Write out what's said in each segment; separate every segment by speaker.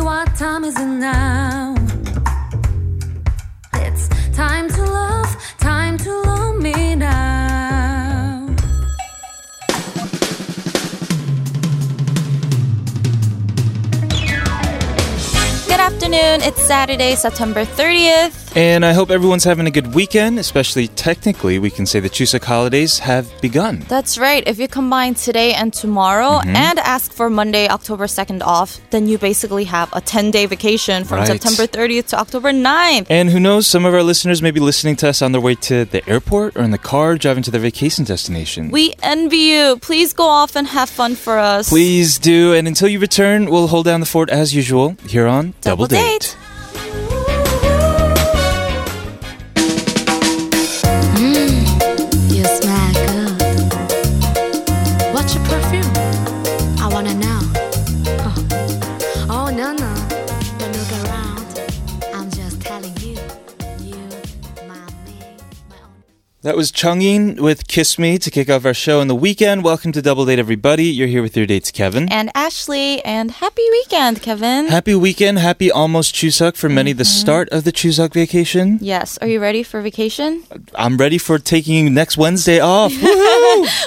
Speaker 1: What time is it now? It's time to love, time to love me now.
Speaker 2: Good afternoon. It's Saturday, September 30th.
Speaker 3: And I hope everyone's having a good weekend, especially technically, we can say the Chuseok holidays have begun.
Speaker 2: That's right. If you combine today and tomorrow
Speaker 3: Mm-hmm.
Speaker 2: and ask for Monday, October 2nd off, then you basically have a 10 day vacation from
Speaker 3: Right.
Speaker 2: September 30th to October 9th.
Speaker 3: And who knows, some of our listeners may be listening to us on their way to the airport or in the car driving to their vacation destination.
Speaker 2: We envy you. Please go off and have fun for us.
Speaker 3: Please do, and until you return, we'll hold down the fort as usual here on
Speaker 2: Double
Speaker 3: Double,
Speaker 2: Date.
Speaker 4: You smell good. What's your perfume? I wanna know. Oh, oh no, no. Don't look around. I'm just telling you. You, my man, my own.
Speaker 3: That was Chungin with Kiss Me to kick off our show on the weekend. Welcome to Double Date, everybody. You're here with your dates, Kevin.
Speaker 2: And Ashley, and happy weekend, Kevin.
Speaker 3: Happy weekend, happy almost Chuseok for many, the
Speaker 2: Mm-hmm.
Speaker 3: start of the Chuseok vacation.
Speaker 2: yes. Are you ready for vacation?
Speaker 3: I'm ready for taking next Wednesday off.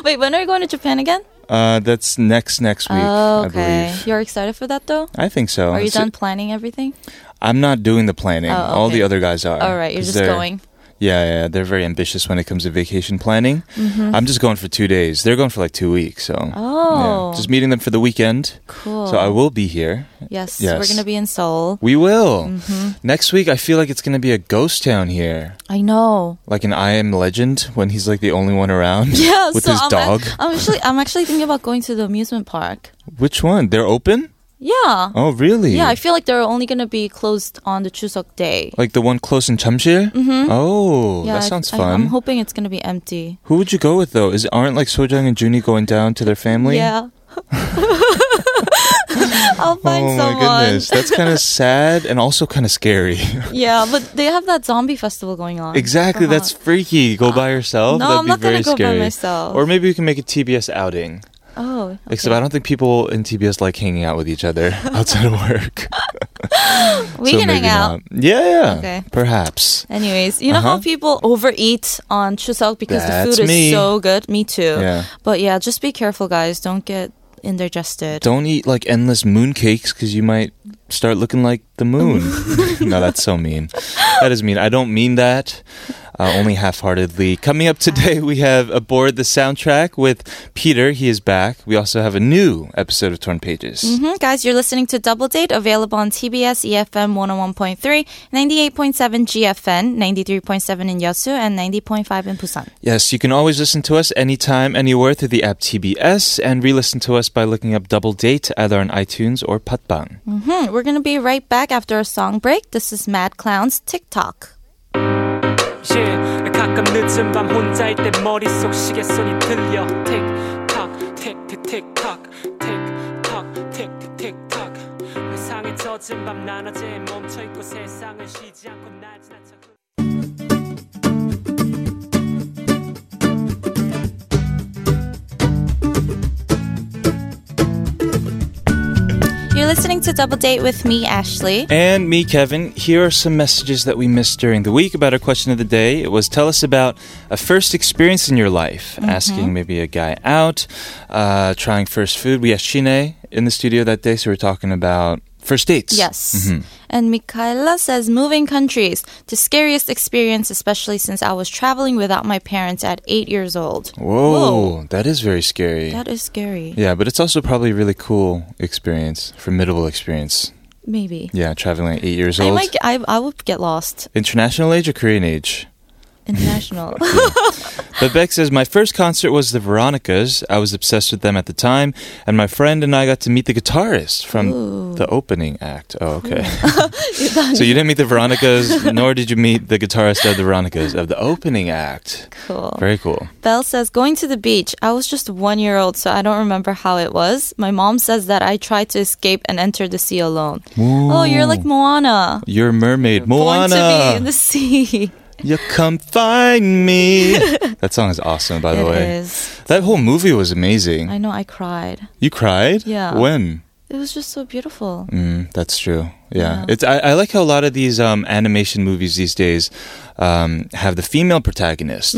Speaker 2: Wait, when are you going to Japan again?
Speaker 3: Uh, that's next next week, I
Speaker 2: Oh, okay.
Speaker 3: believe.
Speaker 2: You're excited for that though?
Speaker 3: I think so.
Speaker 2: Are you
Speaker 3: It's-
Speaker 2: done planning everything?
Speaker 3: I'm not doing the planning.
Speaker 2: Oh,
Speaker 3: All
Speaker 2: okay.
Speaker 3: the other guys are.
Speaker 2: All right, you're
Speaker 3: 'Cause
Speaker 2: just
Speaker 3: they're-
Speaker 2: going.
Speaker 3: Yeah, yeah, they're very ambitious when it comes to vacation planning. I'm just going for two days. They're going for like two weeks. So,
Speaker 2: Mm-hmm. Oh.
Speaker 3: yeah, just meeting them for the weekend.
Speaker 2: Cool.
Speaker 3: So I will be here.
Speaker 2: Yes, we're
Speaker 3: Yes.
Speaker 2: gonna be in Seoul.
Speaker 3: We will.
Speaker 2: Mm-hmm.
Speaker 3: Next week, I feel like it's gonna be a ghost town here,
Speaker 2: I know.
Speaker 3: like an I Am Legend when he's like the only one around.
Speaker 2: Yeah,
Speaker 3: with
Speaker 2: so
Speaker 3: his
Speaker 2: I'm,
Speaker 3: dog.
Speaker 2: I'm actually I'm actually thinking about going to the amusement park.
Speaker 3: Which one? They're open.
Speaker 2: Yeah.
Speaker 3: Oh, really?
Speaker 2: Yeah, I feel like they're only gonna be closed on the Chuseok day.
Speaker 3: like the one close in Chumshir. Mm-hmm. Oh,
Speaker 2: yeah,
Speaker 3: that sounds
Speaker 2: I, I'm
Speaker 3: fun.
Speaker 2: hoping it's gonna be empty.
Speaker 3: Who would you go with though? Is aren't like Sojang and Junie going down to their family?
Speaker 2: Yeah. I'll find
Speaker 3: Oh
Speaker 2: someone.
Speaker 3: my goodness, that's kind of sad and also kind of scary.
Speaker 2: Yeah, but they have that zombie festival going on. Uh-huh.
Speaker 3: exactly,
Speaker 2: Wow.
Speaker 3: that's freaky. Go by yourself.
Speaker 2: No,
Speaker 3: That'd
Speaker 2: I'm
Speaker 3: be
Speaker 2: not gonna
Speaker 3: very
Speaker 2: go by
Speaker 3: scary.
Speaker 2: myself.
Speaker 3: Or maybe we can make a TBS outing.
Speaker 2: Oh. okay.
Speaker 3: Except I don't think people in TBS like hanging out with each other outside of work.
Speaker 2: we
Speaker 3: So
Speaker 2: can hang
Speaker 3: maybe
Speaker 2: out.
Speaker 3: not. Yeah, yeah.
Speaker 2: Okay.
Speaker 3: Perhaps.
Speaker 2: Anyways, you know how
Speaker 3: Uh-huh.
Speaker 2: people overeat on Chuseok because the
Speaker 3: That's
Speaker 2: food is
Speaker 3: me.
Speaker 2: so good? Me too.
Speaker 3: Yeah.
Speaker 2: But yeah, just be careful, guys. Don't get indigested.
Speaker 3: Don't eat like endless moon cakes because you might start looking like the moon. no, that's so mean. That is mean. I don't mean that. Uh, only half-heartedly. Coming up today, we have aboard the soundtrack with Peter. He is back. We also have a new episode of Torn Pages.
Speaker 2: hmm Guys, you're listening to Double Date, available on TBS EFM 101.3, 98.7 GFN, 93.7 in Yeosu, and 90.5 in Busan.
Speaker 3: Yes, you can always listen to us anytime, anywhere through the app TBS, and re-listen to us by looking up Double Date either on iTunes or Patbang.
Speaker 2: hmm We're going to be right back after a song break. This is Mad Clown's TikTok.
Speaker 5: y 예, 가끔 늦은 밤 혼자일 때 머릿속 시계손이 들려 틱탁 틱틱틱탁 틱탁 틱틱틱탁 외상에 젖은 밤 나낮에 멈춰있고 세상을 쉬지 않고 날 지나쳐 그 흐-
Speaker 2: You're listening to Double Date with me, Ashley.
Speaker 3: And me, Kevin. Here are some messages that we missed during the week about our question of the day. It was tell us about a first experience in your life,
Speaker 2: Mm-hmm.
Speaker 3: asking maybe a guy out, uh, trying first food. We asked Shine in the studio that day, so we are talking about first dates.
Speaker 2: Yes.
Speaker 3: Mm-hmm.
Speaker 2: And Michaela says moving countries, the scariest experience, especially since I was traveling without my parents at eight years old.
Speaker 3: Whoa, that is very scary.
Speaker 2: That is scary.
Speaker 3: Oh, yeah, but it's also probably a really cool experience, formidable experience.
Speaker 2: Maybe.
Speaker 3: Yeah, traveling at eight years
Speaker 2: I
Speaker 3: old.
Speaker 2: might. Get, I I would get lost.
Speaker 3: International age or Korean age?
Speaker 2: International.
Speaker 3: But Beck says, My first concert was the Veronicas. I was obsessed with them at the time, and my friend and I got to meet the guitarist from the opening act. Oh, okay. so you didn't meet the Veronicas, nor did you meet the guitarist of the Veronicas of the opening act.
Speaker 2: cool.
Speaker 3: Very cool.
Speaker 2: Belle says going to the beach. I was just one year old, so I don't remember how it was. My mom says that I tried to escape and enter the sea alone. Oh, you're like Moana.
Speaker 3: You're a mermaid. Moana.
Speaker 2: Born to be in the sea.
Speaker 3: You come find me. that song is awesome, by
Speaker 2: It
Speaker 3: the way.
Speaker 2: is.
Speaker 3: That whole movie was amazing.
Speaker 2: I know. I cried.
Speaker 3: You cried?
Speaker 2: Yeah.
Speaker 3: When?
Speaker 2: it was just so beautiful.
Speaker 3: Mm, that's true. Yeah,
Speaker 2: Yeah.
Speaker 3: it's. I, I like how a lot of these um, animation movies these days um, have the female protagonist.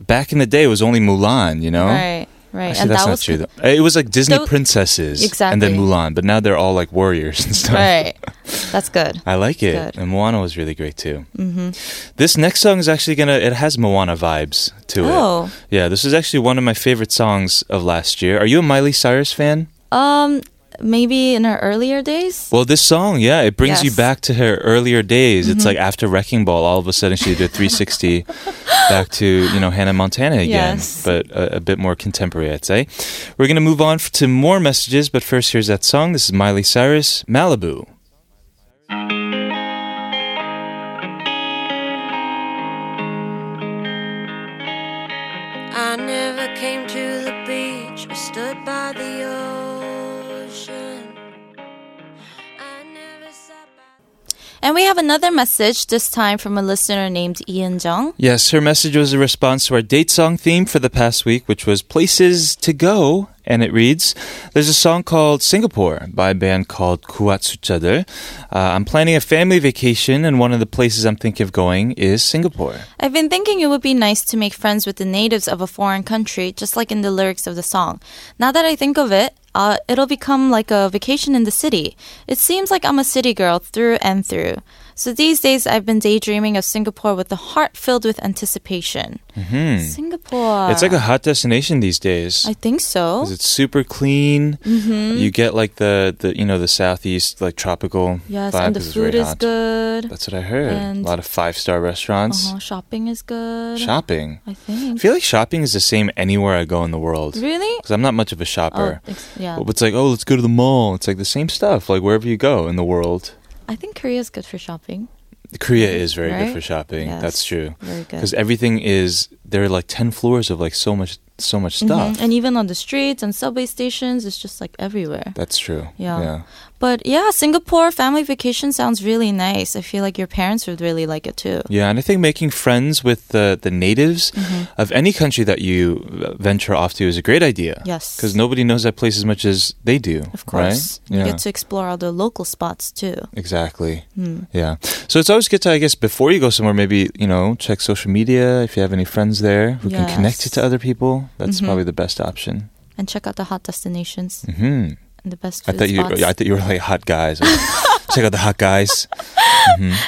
Speaker 3: Back in the day, it was only Mulan. You know,
Speaker 2: Hmm. Right, right.
Speaker 3: Actually, that's
Speaker 2: that
Speaker 3: not
Speaker 2: was
Speaker 3: true. Though. It was like Disney
Speaker 2: Tho-
Speaker 3: princesses, and then
Speaker 2: Exactly.
Speaker 3: Mulan. But now they're all like warriors and stuff.
Speaker 2: right. That's good.
Speaker 3: I like it,
Speaker 2: Good.
Speaker 3: and Moana was really great too. Mm-hmm. This next song is actually gonna. It has Moana vibes to
Speaker 2: Oh.
Speaker 3: it. Yeah, this is actually one of my favorite songs of last year. Are you a Miley Cyrus fan?
Speaker 2: Um, maybe in our earlier days.
Speaker 3: Well, this song, yeah, it brings you
Speaker 2: Yes. Mm-hmm.
Speaker 3: back to her earlier days. It's like after Wrecking Ball, all of a sudden she did a 360 back to, you know, Hannah Montana again,
Speaker 2: Yes.
Speaker 3: but a, a bit more contemporary, I'd say. We're going to move on f- to more messages, but first here's that song. This is Miley Cyrus, Malibu.
Speaker 4: I never came to the beach or stood by the ocean. I never sat by
Speaker 2: And we have another message this time from a listener named Ian Jung.
Speaker 3: Yes, her message was a response to our date song theme for the past week, which was Places to Go. And it reads There's a song called Singapore by a band called Kuatsuchader. Uh, I'm planning a family vacation, and one of the places I'm thinking of going is Singapore.
Speaker 2: I've been thinking it would be nice to make friends with the natives of a foreign country, just like in the lyrics of the song. Now that I think of it, uh, it'll become like a vacation in the city. It seems like I'm a city girl through and through. So these days, I've been daydreaming of Singapore with a heart filled with anticipation. Mm-hmm. Singapore.
Speaker 3: It's like a hot destination these days.
Speaker 2: I Mm-hmm. think so.
Speaker 3: 'Cause it's super clean. You get like the, the you know the southeast like tropical
Speaker 2: Yes,
Speaker 3: vibe
Speaker 2: and the
Speaker 3: 'cause it's very
Speaker 2: food is
Speaker 3: hot.
Speaker 2: good.
Speaker 3: That's what I heard.
Speaker 2: And-
Speaker 3: a lot of five star restaurants.
Speaker 2: Uh-huh, shopping is good.
Speaker 3: Shopping.
Speaker 2: I
Speaker 3: I
Speaker 2: think.
Speaker 3: feel like shopping is the same anywhere I go in the world.
Speaker 2: really?
Speaker 3: Because I'm not much of
Speaker 2: Oh,
Speaker 3: a shopper.
Speaker 2: ex- yeah.
Speaker 3: But It's like, oh, let's go to the mall. It's like the same stuff, like wherever you go in the world.
Speaker 2: I think Korea is good for shopping.
Speaker 3: Korea is very
Speaker 2: Right?
Speaker 3: good for shopping.
Speaker 2: Yes.
Speaker 3: That's true.
Speaker 2: Very good.
Speaker 3: Because everything is there are like ten floors of like so much so much stuff.
Speaker 2: Mhm. And even on the streets and subway stations, it's just like everywhere.
Speaker 3: That's true.
Speaker 2: Yeah. But yeah, Singapore family vacation sounds really nice. I feel like your parents would really like it too.
Speaker 3: Yeah, and I think making friends with the the natives
Speaker 2: Mm-hmm.
Speaker 3: of any country that you uh, venture off to is a great idea.
Speaker 2: Yes.
Speaker 3: because nobody knows that place as much as they do.
Speaker 2: Of course. You
Speaker 3: right?
Speaker 2: get to explore all the local spots too.
Speaker 3: Exactly.
Speaker 2: Hmm.
Speaker 3: Yeah. So it's always good to, I guess, before you go somewhere, maybe, you know, check social media if you have any friends there who can connect you
Speaker 2: Yes. Mm-hmm.
Speaker 3: to other people. That's probably the best option.
Speaker 2: And check out the hot destinations
Speaker 3: hmm
Speaker 2: and the best
Speaker 3: I
Speaker 2: food
Speaker 3: thought you,
Speaker 2: spots.
Speaker 3: I thought you were like hot guys. I was like, check out the hot guys.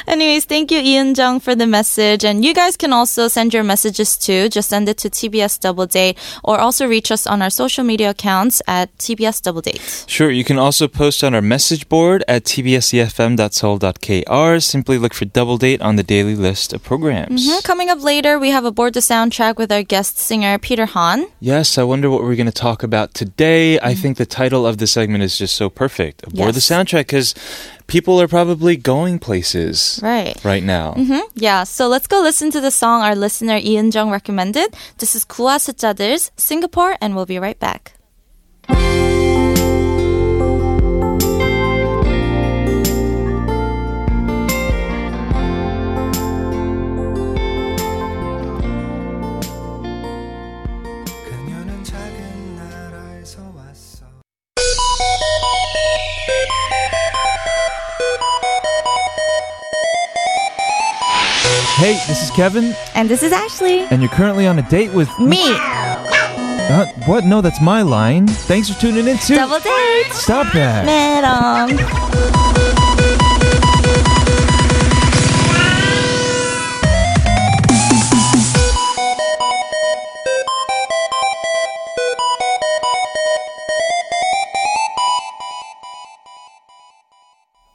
Speaker 2: Anyways, thank you, Ian Jung, for the message. And you guys can also send your messages too. Just send it to TBS Double Date or also reach us on our social media accounts at TBS Double Date.
Speaker 3: Sure. You can also post on our message board at tbsefm.soul.kr. Simply look for Double Date on the daily list of programs.
Speaker 2: Mhm. Coming up later, we have aboard the soundtrack with our guest singer, Peter Han.
Speaker 3: Yes, I wonder what we're going to talk about today. I think the title of the segment is just so perfect. Aboard the
Speaker 2: Mm-hmm. Yes.
Speaker 3: soundtrack because people are probably going places
Speaker 2: Right.
Speaker 3: right now.
Speaker 2: Mhm. Yeah, so let's go listen to the song our listener Ian Jung recommended. This is 구와 숫자들's Singapore, and we'll be right back.
Speaker 3: Hey, this is Kevin,
Speaker 2: And this is Ashley.
Speaker 3: and you're currently on a date with
Speaker 2: Me,
Speaker 3: Uh, what? No, that's my line. Thanks for tuning in to
Speaker 2: Double Date.
Speaker 3: Stop that.
Speaker 2: 메롱.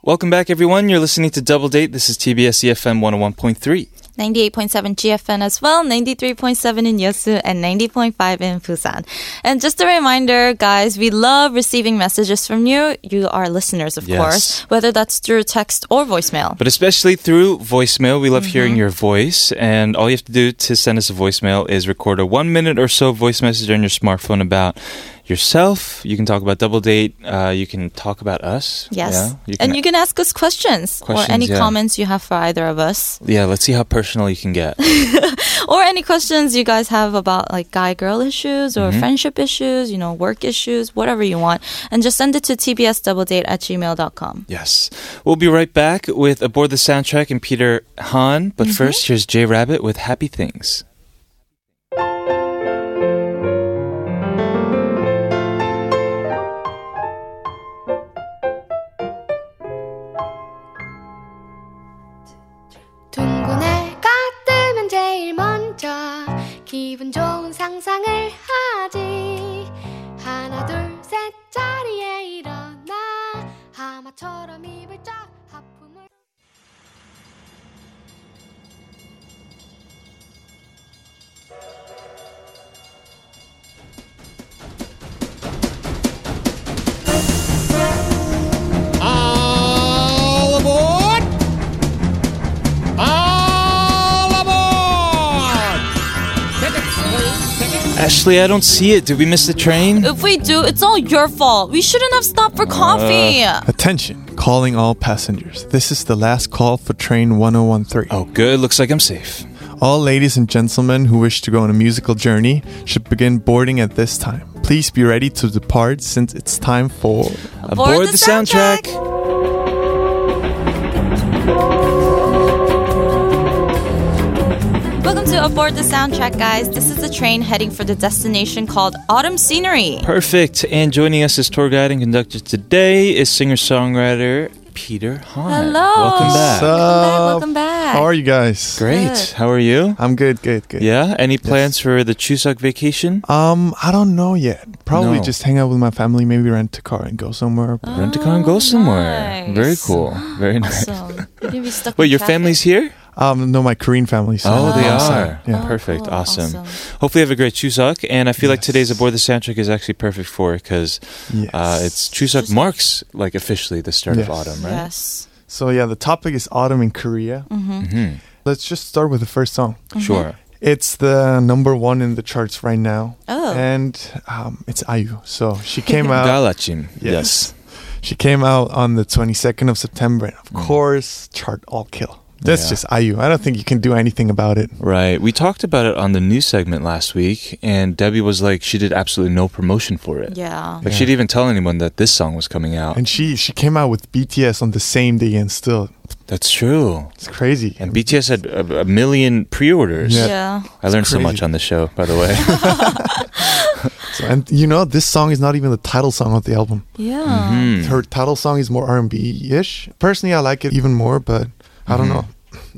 Speaker 3: Welcome back, everyone. You're listening to Double Date. This is TBS EFM 101.3.
Speaker 2: 98.7 GFN as well, 93.7 in Yeosu, and 90.5 in Busan. And just a reminder, guys, we love receiving messages from you. You are listeners, of
Speaker 3: Yes.
Speaker 2: course, whether that's through text or voicemail.
Speaker 3: But especially through voicemail, we love
Speaker 2: Mm-hmm.
Speaker 3: hearing your voice. And all you have to do to send us a voicemail is record a one minute or so voice message on your smartphone about yourself. You can talk about double date. Uh, you can talk about us.
Speaker 2: Yes.
Speaker 3: Yeah. You can,
Speaker 2: and you can ask us questions,
Speaker 3: Questions,
Speaker 2: or any
Speaker 3: yeah.
Speaker 2: comments you have for either of us,
Speaker 3: yeah. Let's see how personal you can get.
Speaker 2: or any questions you guys have about like guy girl issues
Speaker 3: Mm-hmm.
Speaker 2: or friendship issues, you know, work issues, whatever you want. And just send it to tbsdoubledate at gmail.com.
Speaker 3: yes. We'll be right back with aboard the soundtrack and Peter Hahn.
Speaker 2: Mm-hmm.
Speaker 3: But first, here's Jay Rabbit with Happy Things.
Speaker 4: 둥근해 가 뜨면 제일 먼저 기분 좋은 상상을 하지 하나 둘 셋 자리에 일어나 하마처럼 입을 쫙 하품을
Speaker 6: All aboard! All aboard! Tickets, please. Tickets.
Speaker 3: Ashley, I don't see it. Did we miss the train?
Speaker 2: If we do, it's all your fault. We shouldn't have stopped for coffee.
Speaker 3: Uh,
Speaker 7: Attention, calling all passengers. This is the last call for train 1013.
Speaker 3: Oh, good. Looks like I'm safe.
Speaker 7: All ladies and gentlemen who wish to go on a musical journey should begin boarding at this time. Please be ready to depart since it's time for.
Speaker 3: Aboard,
Speaker 2: the soundtrack.
Speaker 3: soundtrack.
Speaker 2: Welcome to Aboard the Soundtrack, guys. This is the train heading for the destination called Autumn Scenery.
Speaker 3: Perfect. And joining us as tour guide and conductor today is singer songwriter Peter Hahn.
Speaker 2: Hello.
Speaker 3: Welcome back.
Speaker 7: So-
Speaker 2: Welcome back. Welcome back.
Speaker 7: How are you guys?
Speaker 3: Great.
Speaker 2: Good.
Speaker 3: How are you?
Speaker 7: I'm good, good, good.
Speaker 3: Yeah. Any plans for the Chuseok vacation?
Speaker 7: Um, I don't know yet. Probably
Speaker 3: No.
Speaker 7: just hang out with my family, maybe rent a car and go somewhere.
Speaker 2: Oh.
Speaker 3: Rent a car and go somewhere.
Speaker 2: nice.
Speaker 3: Very cool. Very nice.
Speaker 2: Awesome. You're gonna be stuck
Speaker 3: Wait,
Speaker 2: in
Speaker 3: your
Speaker 2: traffic.
Speaker 3: family's here?
Speaker 7: Um, no, my Korean family. so-
Speaker 3: Oh, they
Speaker 7: Awesome.
Speaker 3: are.
Speaker 7: Yeah.
Speaker 3: Perfect.
Speaker 2: cool.
Speaker 3: Awesome. Hopefully, you have a great Chuseok. And I feel like today's
Speaker 7: Yes.
Speaker 3: Aboard the Soundtrack is actually perfect for it because
Speaker 7: Yes.
Speaker 3: uh, it's Chuseok
Speaker 2: Chuseok.
Speaker 3: marks like officially the start
Speaker 7: Yes.
Speaker 3: of autumn, right?
Speaker 2: Yes.
Speaker 7: so yeah, the topic is autumn in Korea.
Speaker 3: Mm-hmm.
Speaker 7: Let's just start with the first song.
Speaker 2: Uh-huh.
Speaker 3: Sure.
Speaker 7: It's the number one in the charts right now.
Speaker 2: Oh.
Speaker 7: And um, it's Ayu. So she came out.
Speaker 3: Galachim.
Speaker 7: Uh, Yes. She came out on the 22nd of September, and of course, chart all kill. That's
Speaker 3: Yeah.
Speaker 7: just IU. I don't think you can do anything about it.
Speaker 3: Right. We talked about it on the news segment last week, and Debbie was like, she did absolutely no promotion for it.
Speaker 2: Yeah.
Speaker 3: Like, she didn't even tell anyone that this song was coming out.
Speaker 7: And she she came out with BTS on the same day, and still,
Speaker 3: That's true.
Speaker 7: it's crazy.
Speaker 3: And BTS had a, a million pre orders.
Speaker 7: Yeah.
Speaker 2: Yeah.
Speaker 3: I learned so
Speaker 7: crazy.
Speaker 3: much on the show, by the way.
Speaker 7: So- and you know, this song is not even the title song of the album.
Speaker 2: Yeah.
Speaker 3: Mm-hmm. Hmm.
Speaker 7: Her title song is more R&B ish. Personally, I like it even more, but I don't know.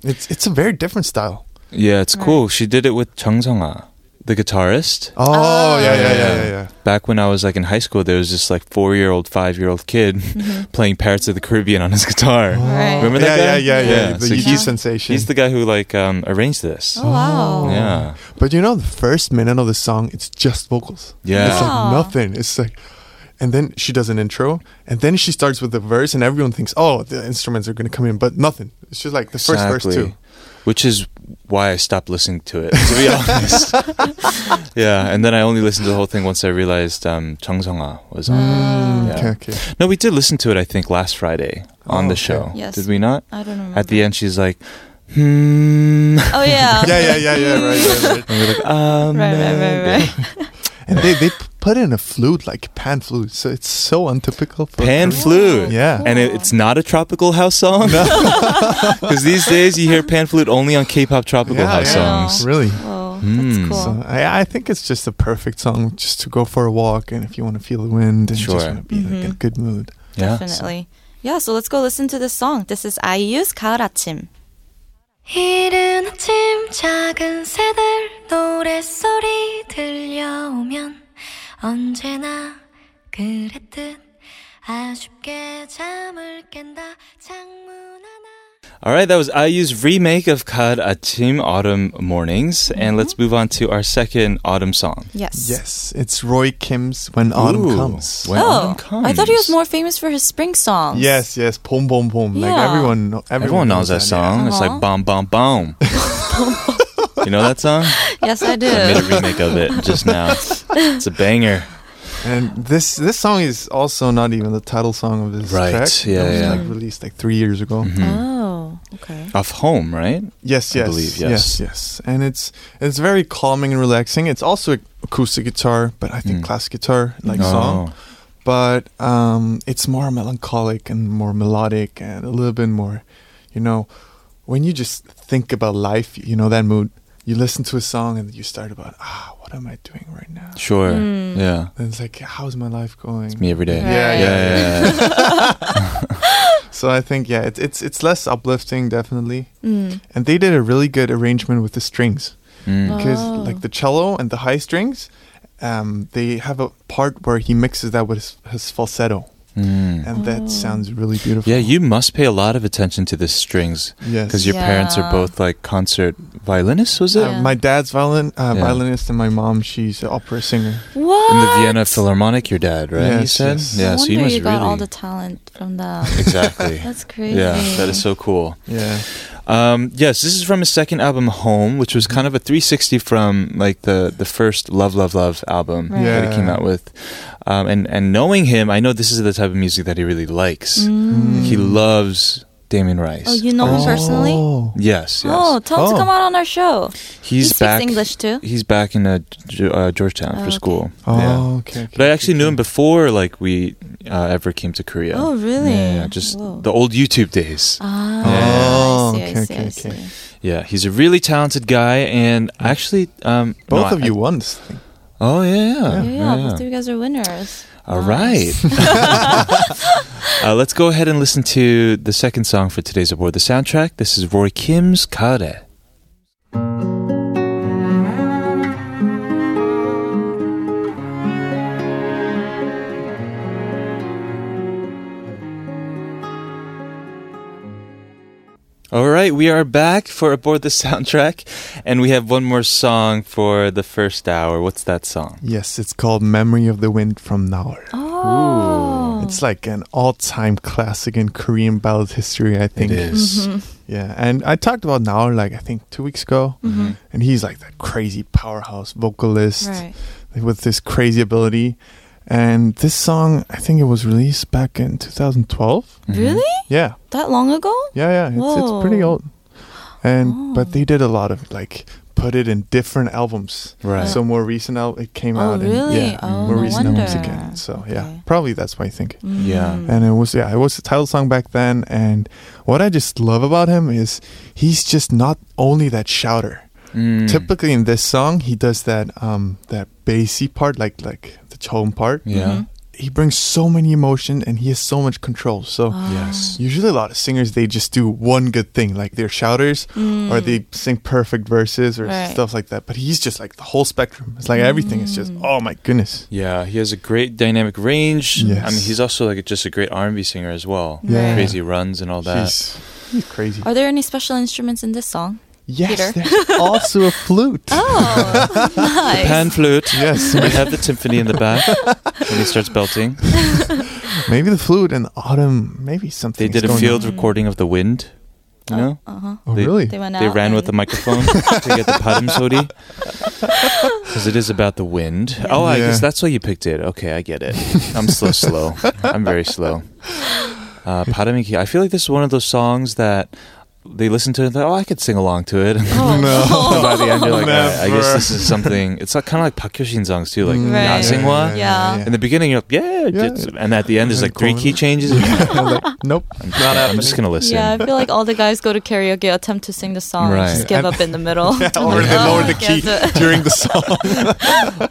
Speaker 7: It's it's a very different style.
Speaker 3: yeah, it's cool. She did it with Chung Sung-ah, the guitarist.
Speaker 7: Oh, yeah, yeah, yeah, yeah, yeah.
Speaker 3: Back when I was like in high school, there was this like four year old, five year old kid
Speaker 2: Mm-hmm.
Speaker 3: playing Pirates of the Caribbean on his guitar.
Speaker 2: Right.
Speaker 3: Remember that
Speaker 7: yeah,
Speaker 3: guy?
Speaker 7: yeah, yeah, yeah,
Speaker 3: so
Speaker 7: The EG
Speaker 3: he's,
Speaker 7: sensation.
Speaker 3: he's the guy who like um, arranged this.
Speaker 2: Oh, wow.
Speaker 3: Yeah.
Speaker 7: But you know, the first minute of the song, it's just vocals.
Speaker 3: Yeah.
Speaker 7: It's
Speaker 2: Yeah.
Speaker 7: like nothing. It's like, and then she does an intro, and then she starts with the verse, and everyone thinks, oh, the instruments are going to come in, but nothing. It's just like the first verse, too.
Speaker 3: Which is why I stopped listening to it, to be honest. yeah, and then I only listened to the whole thing once I realized um, Chung Sung-ah was on. Yeah.
Speaker 7: Okay, okay.
Speaker 3: No, we did listen to it, I think, last Friday on the
Speaker 7: Mm. Oh, okay. Mm-hmm.
Speaker 3: show.
Speaker 2: Yes.
Speaker 3: Did we not?
Speaker 2: I don't remember.
Speaker 3: At the end, she's like, hmm.
Speaker 2: Oh yeah.
Speaker 7: Yeah, yeah, yeah, yeah, right, right, right.
Speaker 3: Um,
Speaker 2: Right, right, right, right.
Speaker 7: And they, they p- put in a flute, like a pan flute, so it's so untypical for
Speaker 3: Pan
Speaker 7: Korean-
Speaker 3: flute.
Speaker 7: Yeah.
Speaker 3: And it, it's not a tropical house song. Because these days you hear pan flute only on K pop tropical
Speaker 7: Yeah,
Speaker 3: house
Speaker 2: yeah.
Speaker 3: songs.
Speaker 7: Really?
Speaker 2: Oh,
Speaker 3: Mm.
Speaker 2: that's cool.
Speaker 7: So I, I think it's just a perfect song just to go for a walk and if you want to feel the wind and
Speaker 3: Sure.
Speaker 7: just want to be like in a good mood.
Speaker 3: Yeah.
Speaker 2: Definitely. Yeah, so let's go listen to this song. This is IU's 가을 아침.
Speaker 4: 이른 아침 작은 새들 노랫소리 들려오면 언제나 그랬듯 아쉽게 잠을 깬다 창문 하나
Speaker 3: All right, that was IU's remake of Kad Achim Autumn Mornings. And let's move on to our second autumn song.
Speaker 2: Yes.
Speaker 7: Yes, it's Roy Kim's When Autumn
Speaker 3: Ooh,
Speaker 7: Comes.
Speaker 3: When
Speaker 2: Oh,
Speaker 3: Autumn Comes.
Speaker 2: I thought he was more famous for his spring songs.
Speaker 7: Yes, yes, boom, boom, boom. Like
Speaker 2: Yeah.
Speaker 7: everyone, kno-
Speaker 3: Everyone
Speaker 7: everyone,
Speaker 3: knows that song. It's
Speaker 2: Uh-huh.
Speaker 3: like bomb, bomb, bomb. you know that song?
Speaker 2: Yes, I do.
Speaker 3: I made a remake of it just now. It's a banger.
Speaker 7: And this this song is also not even the title song of his
Speaker 3: Right, yeah,
Speaker 7: track. It was
Speaker 3: yeah. Mm-hmm.
Speaker 7: like released like three years ago.
Speaker 2: Oh, okay.
Speaker 3: Off home, right?
Speaker 7: Yes,
Speaker 3: I
Speaker 7: yes,
Speaker 3: believe, yes.
Speaker 7: yes, yes. And it's it's very calming and relaxing. It's also acoustic guitar, but I
Speaker 3: Mm.
Speaker 7: think classic guitar like song.
Speaker 3: Oh.
Speaker 7: But um, it's more melancholic and more melodic and a little bit more, you know, when you just think about life, you know that mood. You listen to a song and you start about ah, what am I doing right now?
Speaker 3: Sure.
Speaker 2: Hmm.
Speaker 3: Yeah.
Speaker 7: And it's like, how's my life going?
Speaker 3: Me every day.
Speaker 7: Yeah,
Speaker 3: Yeah,
Speaker 7: yeah.
Speaker 3: yeah, yeah.
Speaker 7: So I think yeah, it's it's it's less uplifting definitely.
Speaker 2: Mm.
Speaker 7: And they did a really good arrangement with the strings.
Speaker 3: Mm.
Speaker 7: because
Speaker 2: Oh.
Speaker 7: like the cello and the high strings um, they have a part where he mixes that with his, his falsetto
Speaker 3: Mm.
Speaker 7: and
Speaker 2: Oh.
Speaker 7: that sounds really beautiful
Speaker 3: Yeah, you must pay a lot of attention to the strings
Speaker 7: yes
Speaker 3: because your parents are
Speaker 2: Yeah.
Speaker 3: both like concert violinists, was it?
Speaker 7: uh, my dad's violin uh,
Speaker 3: Yeah.
Speaker 7: violinist and my mom she's an opera singer
Speaker 2: What?
Speaker 3: In the Vienna Philharmonic, your dad, right? he
Speaker 7: Yes,
Speaker 3: said,
Speaker 7: yes.
Speaker 3: "Yeah,
Speaker 2: No
Speaker 3: so
Speaker 2: wonder
Speaker 3: you must
Speaker 2: you got
Speaker 3: really
Speaker 2: all the talent from that.
Speaker 3: exactly."
Speaker 2: That's crazy.
Speaker 3: yeah, that is so cool.
Speaker 7: yeah
Speaker 3: Um, yes, this is from his second album, Home, which was kind of a 360 from like the the first Love, Love, Love album
Speaker 2: Right.
Speaker 3: that he came out with. Um, and and knowing him, I know this is the type of music that he really likes. He loves Damien Rice.
Speaker 2: Mm. Oh, you know him personally?
Speaker 7: oh
Speaker 3: yes, Oh, yes.
Speaker 2: Oh, tell him to
Speaker 7: Oh.
Speaker 2: come out on our show. he
Speaker 3: he's
Speaker 2: speaks
Speaker 3: back.
Speaker 2: English too?
Speaker 3: He's back in uh, Ge- uh, Georgetown
Speaker 2: Oh,
Speaker 3: for
Speaker 2: okay.
Speaker 3: school.
Speaker 7: Oh,
Speaker 3: Yeah.
Speaker 7: okay, okay
Speaker 3: But I actually knew him before, like we uh, ever came to Korea.
Speaker 2: Oh, really?
Speaker 3: Yeah, yeah, just Oh,
Speaker 2: Whoa.
Speaker 3: the old YouTube days.
Speaker 2: Ah,
Speaker 7: Yeah.
Speaker 2: I see, I
Speaker 7: Oh, Okay,
Speaker 2: see,
Speaker 7: okay,
Speaker 2: I see.
Speaker 7: okay.
Speaker 3: Yeah, he's a really talented guy, and actually, um, no,
Speaker 7: both of
Speaker 3: I-
Speaker 7: you won this thing
Speaker 3: Oh yeah, yeah.
Speaker 2: Yeah,
Speaker 3: yeah, yeah.
Speaker 2: both of you guys are winners.
Speaker 3: All right. uh, let's go ahead and listen to the second song for today's award. The soundtrack. This is Roy Kim's Kare. All right, we are back for Aboard the Soundtrack, and we have one more song for the first hour. What's that song?
Speaker 7: yes it's called memory of the wind from naur
Speaker 2: Oh,
Speaker 7: It's like an all-time classic in Korean ballad history, I think.
Speaker 3: is.
Speaker 7: Yeah, and I talked about Naor like I think two weeks ago,
Speaker 2: Mm-hmm.
Speaker 3: Mm-hmm.
Speaker 7: and he's like that crazy powerhouse vocalist
Speaker 2: right.
Speaker 7: with this crazy ability. And this song, I think it was released back in 2012.
Speaker 3: Mm-hmm.
Speaker 2: Really?
Speaker 7: Yeah,
Speaker 2: That long ago?
Speaker 7: yeah, yeah. It's, it's pretty
Speaker 2: Whoa. Oh.
Speaker 7: old. And but they did a lot of like put it in different albums.
Speaker 3: Right.
Speaker 7: So more recent al- it came
Speaker 2: Oh,
Speaker 7: out.
Speaker 2: really?
Speaker 7: And, yeah,
Speaker 2: Oh, no
Speaker 7: more recent albums
Speaker 2: wonder.
Speaker 7: again. So
Speaker 2: Okay. Mm-hmm.
Speaker 7: yeah, probably that's why I think.
Speaker 3: Yeah.
Speaker 7: And it was yeah, it was the title song back then. And what I just love about him is he's just not only that shouter.
Speaker 3: Mm.
Speaker 7: Typically in this song, he does that um that bassy part, like like the tone part.
Speaker 3: Yeah.
Speaker 7: He brings so many emotion and he has so much control. So
Speaker 3: Yes.
Speaker 7: usually a lot of singers they just do one good thing, like they're shouters or they sing perfect verses or
Speaker 2: Right.
Speaker 7: stuff like that. But he's just like the whole spectrum. It's like everything is just oh my goodness.
Speaker 3: Yeah, he has a great dynamic range. I
Speaker 7: Yes.
Speaker 3: mean, he's also like just a great R&B singer as well.
Speaker 7: Yeah.
Speaker 3: Crazy runs and all that.
Speaker 7: He's, he's crazy.
Speaker 2: Are there any special instruments in this song? Peter.
Speaker 7: Yes, there's also a flute.
Speaker 2: Oh, nice.
Speaker 3: Pan flute.
Speaker 7: Yes,
Speaker 3: we have the timpani in the back when he starts belting.
Speaker 7: maybe the flute in the autumn. Maybe something.
Speaker 3: They did a field recording of the wind. You know,
Speaker 7: Oh,
Speaker 3: they-
Speaker 7: really?
Speaker 2: They went out.
Speaker 3: they ran with the
Speaker 2: and-
Speaker 3: microphone to get the padam sodi because it is about the wind. Oh, I
Speaker 7: Yeah.
Speaker 3: guess that's why you picked it. Okay, I get it. I'm slow, slow. I'm very slow. Uh, padamiki. I feel like this is one of those songs that they listen to. And they're, oh, I could sing along to it.
Speaker 7: Oh, no.
Speaker 3: And by the end, you're like, I, I guess
Speaker 7: Never.
Speaker 3: this is something. It's kind of like Park Hyoshin songs too, like
Speaker 7: Mm.
Speaker 2: Right.
Speaker 3: Nasingwa.
Speaker 2: Yeah.
Speaker 3: In the beginning, you're like, yeah,
Speaker 7: Yeah.
Speaker 3: it's- and at the end, there's like three key
Speaker 7: Cool.
Speaker 3: changes.
Speaker 7: like, nope.
Speaker 3: Not I'm just gonna listen.
Speaker 2: Yeah, I feel like all the guys go to karaoke, attempt to sing the song, and
Speaker 3: Right.
Speaker 2: just give
Speaker 7: And-
Speaker 2: up in the middle.
Speaker 7: Or they
Speaker 2: Oh,
Speaker 7: lower
Speaker 2: I
Speaker 7: the key
Speaker 2: guess it-
Speaker 7: during the song.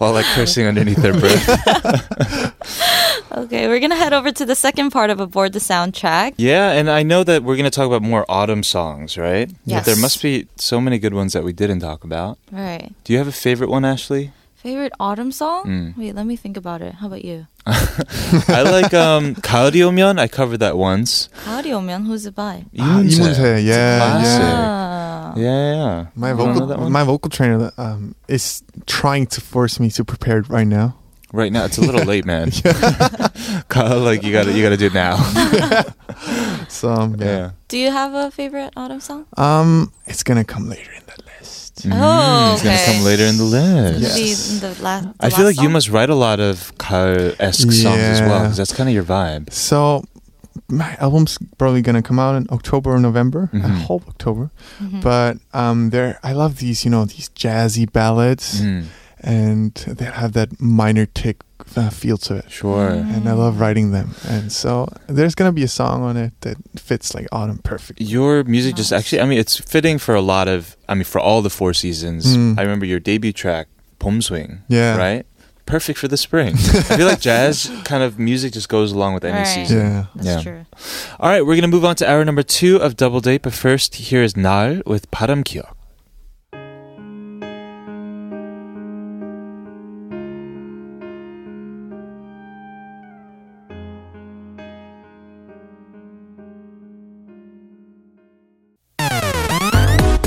Speaker 3: While like cursing underneath their breath.
Speaker 2: Okay, we're gonna head over to the second part of Aboard the Soundtrack.
Speaker 3: yeah, and I know that we're gonna talk about more autumn songs, right?
Speaker 2: Yes.
Speaker 3: But there must be so many good ones that we didn't talk about.
Speaker 2: Right.
Speaker 3: Do you have a favorite one, Ashley?
Speaker 2: Favorite autumn song?
Speaker 3: Mm.
Speaker 2: Wait, let me think about it. How about you?
Speaker 3: I like um Kaori Omyeon. I covered that once.
Speaker 2: Howdy, man. Who's it by?
Speaker 7: Moon's
Speaker 3: It's a
Speaker 7: Hair, yeah, yeah.
Speaker 3: classic.
Speaker 2: Ah.
Speaker 3: Yeah, yeah.
Speaker 7: My
Speaker 3: You don't know
Speaker 7: vocal,
Speaker 3: that one?
Speaker 7: my vocal trainer um, is trying to force me to prepare it right now.
Speaker 3: Right now, it's a little late, man. Kyle, like you gotta, you gotta do it now.
Speaker 7: So um,
Speaker 3: Yeah.
Speaker 7: yeah.
Speaker 2: Do you have a favorite autumn song?
Speaker 7: um, it's gonna come later in that list.
Speaker 2: list. Oh,
Speaker 3: Mm, It's gonna
Speaker 2: okay.
Speaker 3: come later in the list.
Speaker 7: Yes.
Speaker 2: Be in the la- the
Speaker 3: I feel
Speaker 2: last
Speaker 3: like you
Speaker 2: song.
Speaker 3: must write a lot of Kyle esque songs as well,
Speaker 7: Yeah.
Speaker 3: because that's kind of your vibe.
Speaker 7: So my album's probably gonna come out in October or November. I
Speaker 3: Mhm.
Speaker 7: hope October. But um, there, I love these. You know, these jazzy ballads,
Speaker 3: Mm,
Speaker 7: and they have that minor tick uh, feel to it.
Speaker 3: sure.
Speaker 2: Mm.
Speaker 7: And I love writing them. And so there's gonna be a song on it that fits like autumn perfectly.
Speaker 3: Your music just actually, I mean, it's fitting for a lot of, I mean, for all the four seasons.
Speaker 7: Mm.
Speaker 3: I remember your debut track, Pom Swing,
Speaker 7: Yeah.
Speaker 3: right? Perfect for the spring. I feel like jazz kind of music just goes along with any
Speaker 2: Right.
Speaker 3: season.
Speaker 7: Yeah.
Speaker 2: That's
Speaker 3: Yeah.
Speaker 2: true.
Speaker 3: All right, we're going to move on to hour number two of Double Date, but first, here is Nal with Param Kiok.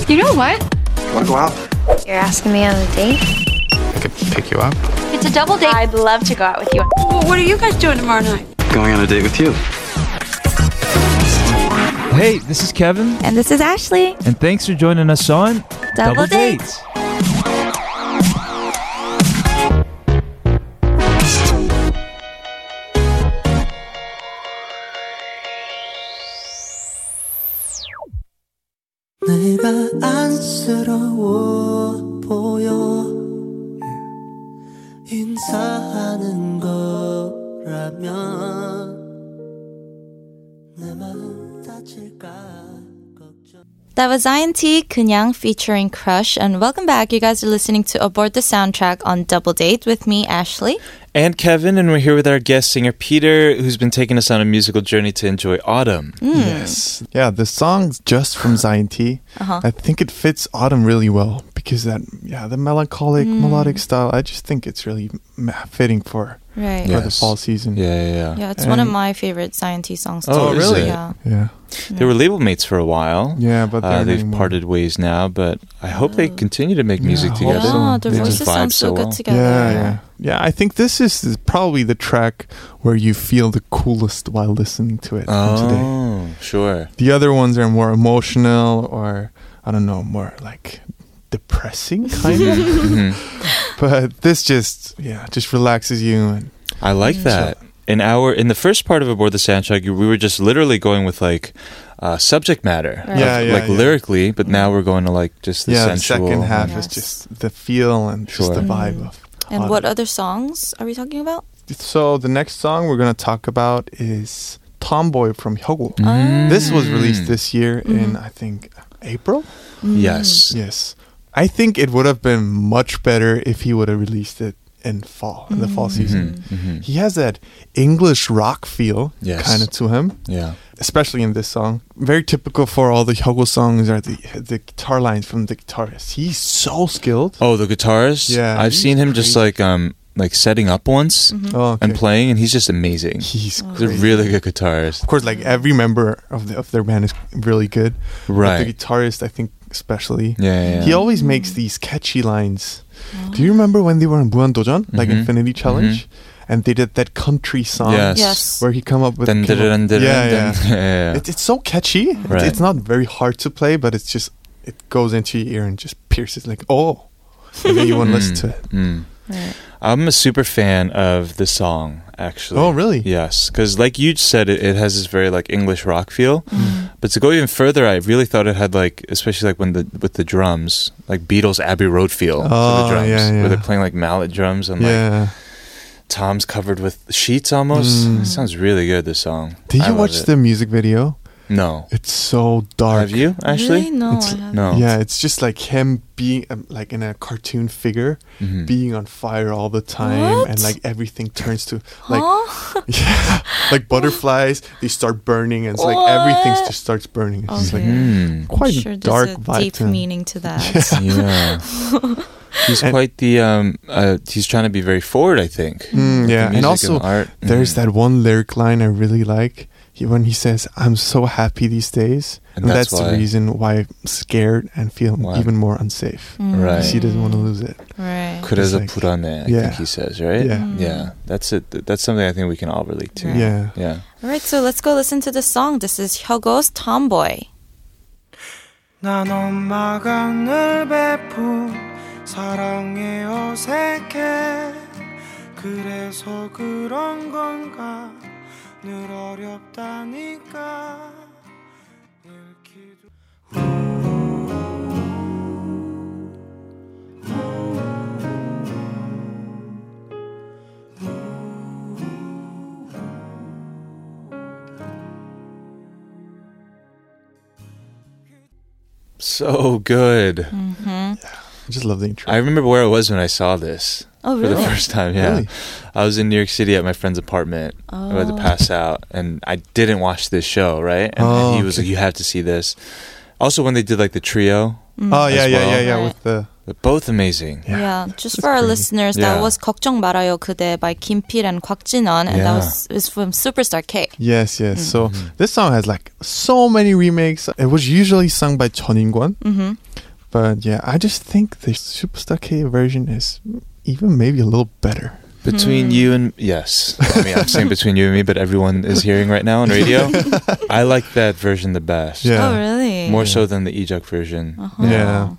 Speaker 8: You know what?
Speaker 9: Want to go out?
Speaker 10: You're asking me on a date?
Speaker 9: I could pick you up.
Speaker 8: It's a double date.
Speaker 10: I'd love to go out with you.
Speaker 8: what are you guys doing tomorrow night?
Speaker 9: Going on a date with you.
Speaker 3: Hey, this is Kevin,
Speaker 2: And this is Ashley.
Speaker 3: and thanks for joining us on
Speaker 2: Double Date. That was INT Kunyang featuring Crush. And welcome back. You guys are listening to Aboard the Soundtrack on Double Date with me, Ashley.
Speaker 3: And Kevin, and we're here with our guest singer Peter, who's been taking us on a musical journey to enjoy autumn.
Speaker 2: Mm. Hmm.
Speaker 7: Yes. Yeah, the song's just from Zion T.
Speaker 2: Uh-huh.
Speaker 7: I think it fits autumn really well because that, yeah, the melancholic, melodic style. I just think it's really m- fitting for,
Speaker 2: Right.
Speaker 7: for
Speaker 2: Yeah,
Speaker 7: the
Speaker 3: Yes.
Speaker 7: fall season.
Speaker 3: Yeah, yeah, yeah.
Speaker 2: it's one of
Speaker 7: And-
Speaker 2: my favorite Scientist songs.
Speaker 3: Oh,
Speaker 2: too.
Speaker 3: is
Speaker 7: really?
Speaker 3: it?
Speaker 2: Yeah.
Speaker 7: Yeah.
Speaker 3: They were label mates for a while.
Speaker 7: Yeah, but
Speaker 3: Uh,
Speaker 7: they're
Speaker 3: they've
Speaker 7: doing more.
Speaker 3: parted ways now, but I hope they continue to make
Speaker 7: Yeah,
Speaker 3: music
Speaker 7: I hope
Speaker 3: together.
Speaker 7: so.
Speaker 2: Yeah, their
Speaker 3: They just
Speaker 2: voices
Speaker 3: vibe
Speaker 2: sound so, good
Speaker 3: well.
Speaker 2: together.
Speaker 7: Yeah, yeah. Yeah, I think this is the- probably the track where you feel the coolest while listening to it today.
Speaker 3: Oh, sure.
Speaker 7: The other ones are more emotional or, I don't know, more like depressing kind of.
Speaker 3: Mhm.
Speaker 7: But this just, yeah, just relaxes you and
Speaker 3: I
Speaker 7: Mm,
Speaker 3: like that. In our in the first part of aboard the soundtrack, you- we were just literally going with like uh, subject matter,
Speaker 2: Right.
Speaker 7: Yeah,
Speaker 3: of,
Speaker 7: yeah,
Speaker 3: like
Speaker 7: yeah. Mm.
Speaker 3: lyrically, but now we're going to like just the
Speaker 7: yeah,
Speaker 3: sensual.
Speaker 7: the second half
Speaker 2: Yes.
Speaker 7: is just the feel and just
Speaker 3: Sure.
Speaker 7: the vibe of.
Speaker 2: Mm. And
Speaker 7: autumn.
Speaker 2: what other songs are we talking about?
Speaker 7: so the next song we're gonna talk about is "Tomboy" from Hyogo.
Speaker 3: Mm.
Speaker 7: This was released this year in I think April.
Speaker 3: Yes.
Speaker 7: Yes, I think it would have been much better if he would have released it in fall, in the fall season. He has that English rock feel
Speaker 3: Mm-hmm. Yes.
Speaker 7: kind of to him,
Speaker 3: Yeah.
Speaker 7: especially in this song. Very typical for all the Hyogo songs are the the guitar lines from the guitarist. He's so skilled.
Speaker 3: Oh, the guitarist.
Speaker 7: Yeah,
Speaker 3: I've
Speaker 7: he's
Speaker 3: seen him just
Speaker 7: crazy.
Speaker 3: like um like setting up once
Speaker 7: Oh, okay.
Speaker 3: and playing, and he's just amazing.
Speaker 7: He's
Speaker 3: He's a really good guitarist.
Speaker 7: of course, like every member of the, of their band is really good. But the
Speaker 3: Right.
Speaker 7: guitarist, I think, especially.
Speaker 3: Yeah, yeah, yeah.
Speaker 7: He always makes these catchy lines. Do you remember when they were in Buan Dojan, like
Speaker 3: Mhm.
Speaker 7: Infinity Challenge, and they did that country song
Speaker 3: Yes.
Speaker 2: Yes.
Speaker 7: where he come up with
Speaker 3: Dun,
Speaker 7: came
Speaker 3: dun,
Speaker 7: up-
Speaker 3: dun, dun,
Speaker 7: yeah, yeah.
Speaker 3: dun. yeah, yeah.
Speaker 7: It, it's so catchy. It-
Speaker 3: Right.
Speaker 7: It's not very hard to play, but it's just it goes into your ear and just pierces like oh, and then you want to listen to it.
Speaker 3: Mm. I'm a super fan of the song, actually.
Speaker 7: Oh, really?
Speaker 3: Yes, because like you said, it, it has this very like English rock feel. But to go even further, I really thought it had like, especially like when the with the drums, like Beatles Abbey Road feel to the
Speaker 7: Oh,
Speaker 3: drums,
Speaker 7: yeah,
Speaker 3: where
Speaker 7: yeah.
Speaker 3: they're playing like mallet drums and Mm-hmm. like
Speaker 7: yeah.
Speaker 3: Tom's covered with sheets almost.
Speaker 7: Mm.
Speaker 3: It sounds really good. This song.
Speaker 7: Did
Speaker 3: I
Speaker 7: you
Speaker 3: love
Speaker 7: watch
Speaker 3: it.
Speaker 7: the music video?
Speaker 3: No.
Speaker 7: It's so dark.
Speaker 3: Have you actually?
Speaker 2: Really? No,
Speaker 7: It's-
Speaker 2: I haven't.
Speaker 3: No.
Speaker 7: Yeah, it's just like him being um, like in a cartoon figure,
Speaker 3: Mhm.
Speaker 7: being on fire all the time,
Speaker 2: What?
Speaker 7: and like everything turns to like
Speaker 2: Huh?
Speaker 7: yeah, like butterflies. They start burning, and it's like everything
Speaker 2: What?
Speaker 7: just starts burning. It's just like
Speaker 2: Okay.
Speaker 3: Mm.
Speaker 7: quite
Speaker 2: I'm sure
Speaker 7: dark
Speaker 2: there's a
Speaker 7: vibe.
Speaker 2: deep
Speaker 7: to him.
Speaker 2: meaning to that.
Speaker 3: Yeah. he's
Speaker 7: And-
Speaker 3: quite the um. Uh, he's trying to be very forward. I think.
Speaker 7: Mm, yeah,
Speaker 3: music
Speaker 7: and also
Speaker 3: the art.
Speaker 7: there's
Speaker 3: Mhm.
Speaker 7: that one lyric line I really like. He, when he says, "I'm so happy these days,"
Speaker 3: And
Speaker 7: and,
Speaker 3: that's
Speaker 7: that's,
Speaker 3: why-
Speaker 7: the reason why I'm scared and feel
Speaker 3: Wow.
Speaker 7: even more unsafe.
Speaker 2: Mm.
Speaker 3: Right.
Speaker 7: She doesn't want to lose it.
Speaker 2: Right.
Speaker 3: Kuraza
Speaker 7: like-
Speaker 3: Purane, I
Speaker 7: Yeah.
Speaker 3: think he says, right?
Speaker 7: Yeah.
Speaker 2: Mm.
Speaker 3: Yeah. That's it. th- That's something I think we can all relate to.
Speaker 2: Right.
Speaker 7: Yeah.
Speaker 2: All
Speaker 3: Yeah.
Speaker 2: right, so let's go listen to the song. This is Hyogo's Tomboy.
Speaker 11: 난 엄마가 늘 베푼 사랑에 어색해 그래서 그런 건가 늘 어렵다니까
Speaker 3: So good.
Speaker 2: Mhm.
Speaker 3: I just love the intro. I remember where I was when I saw this.
Speaker 2: Oh,
Speaker 3: For the
Speaker 2: really?
Speaker 3: first time, yeah.
Speaker 2: Really?
Speaker 3: I was in New York City at my friend's apartment. I had to
Speaker 2: Oh.
Speaker 3: pass out, and I didn't watch this show, right? And
Speaker 7: Oh,
Speaker 3: he was like, "You have to see this." Also, when they did like the trio.
Speaker 2: Mm. Oh, yeah,
Speaker 3: as
Speaker 7: yeah,
Speaker 3: well.
Speaker 7: yeah, yeah, with the
Speaker 3: both amazing.
Speaker 2: Yeah, just for our listeners, that
Speaker 3: Yeah.
Speaker 2: was 걱정 말아요 그대 by Kim Pil and Kwak Jinon, and that
Speaker 7: Yeah.
Speaker 2: was was from Superstar K.
Speaker 7: Yes, yes.
Speaker 2: Mm.
Speaker 7: So this song has like so many remakes. It was usually sung by Chun In-kwon,
Speaker 2: Mhm.
Speaker 7: but yeah, I just think the Superstar K version is even maybe a little better.
Speaker 2: Hmm.
Speaker 3: Between you and yes, I mean I'm saying between you and me, but everyone is hearing right now on radio. I like that version the best.
Speaker 7: Yeah.
Speaker 2: Oh,
Speaker 7: Oh.
Speaker 2: really?
Speaker 3: More so than the Ejok version.
Speaker 2: Uh-huh. Yeah.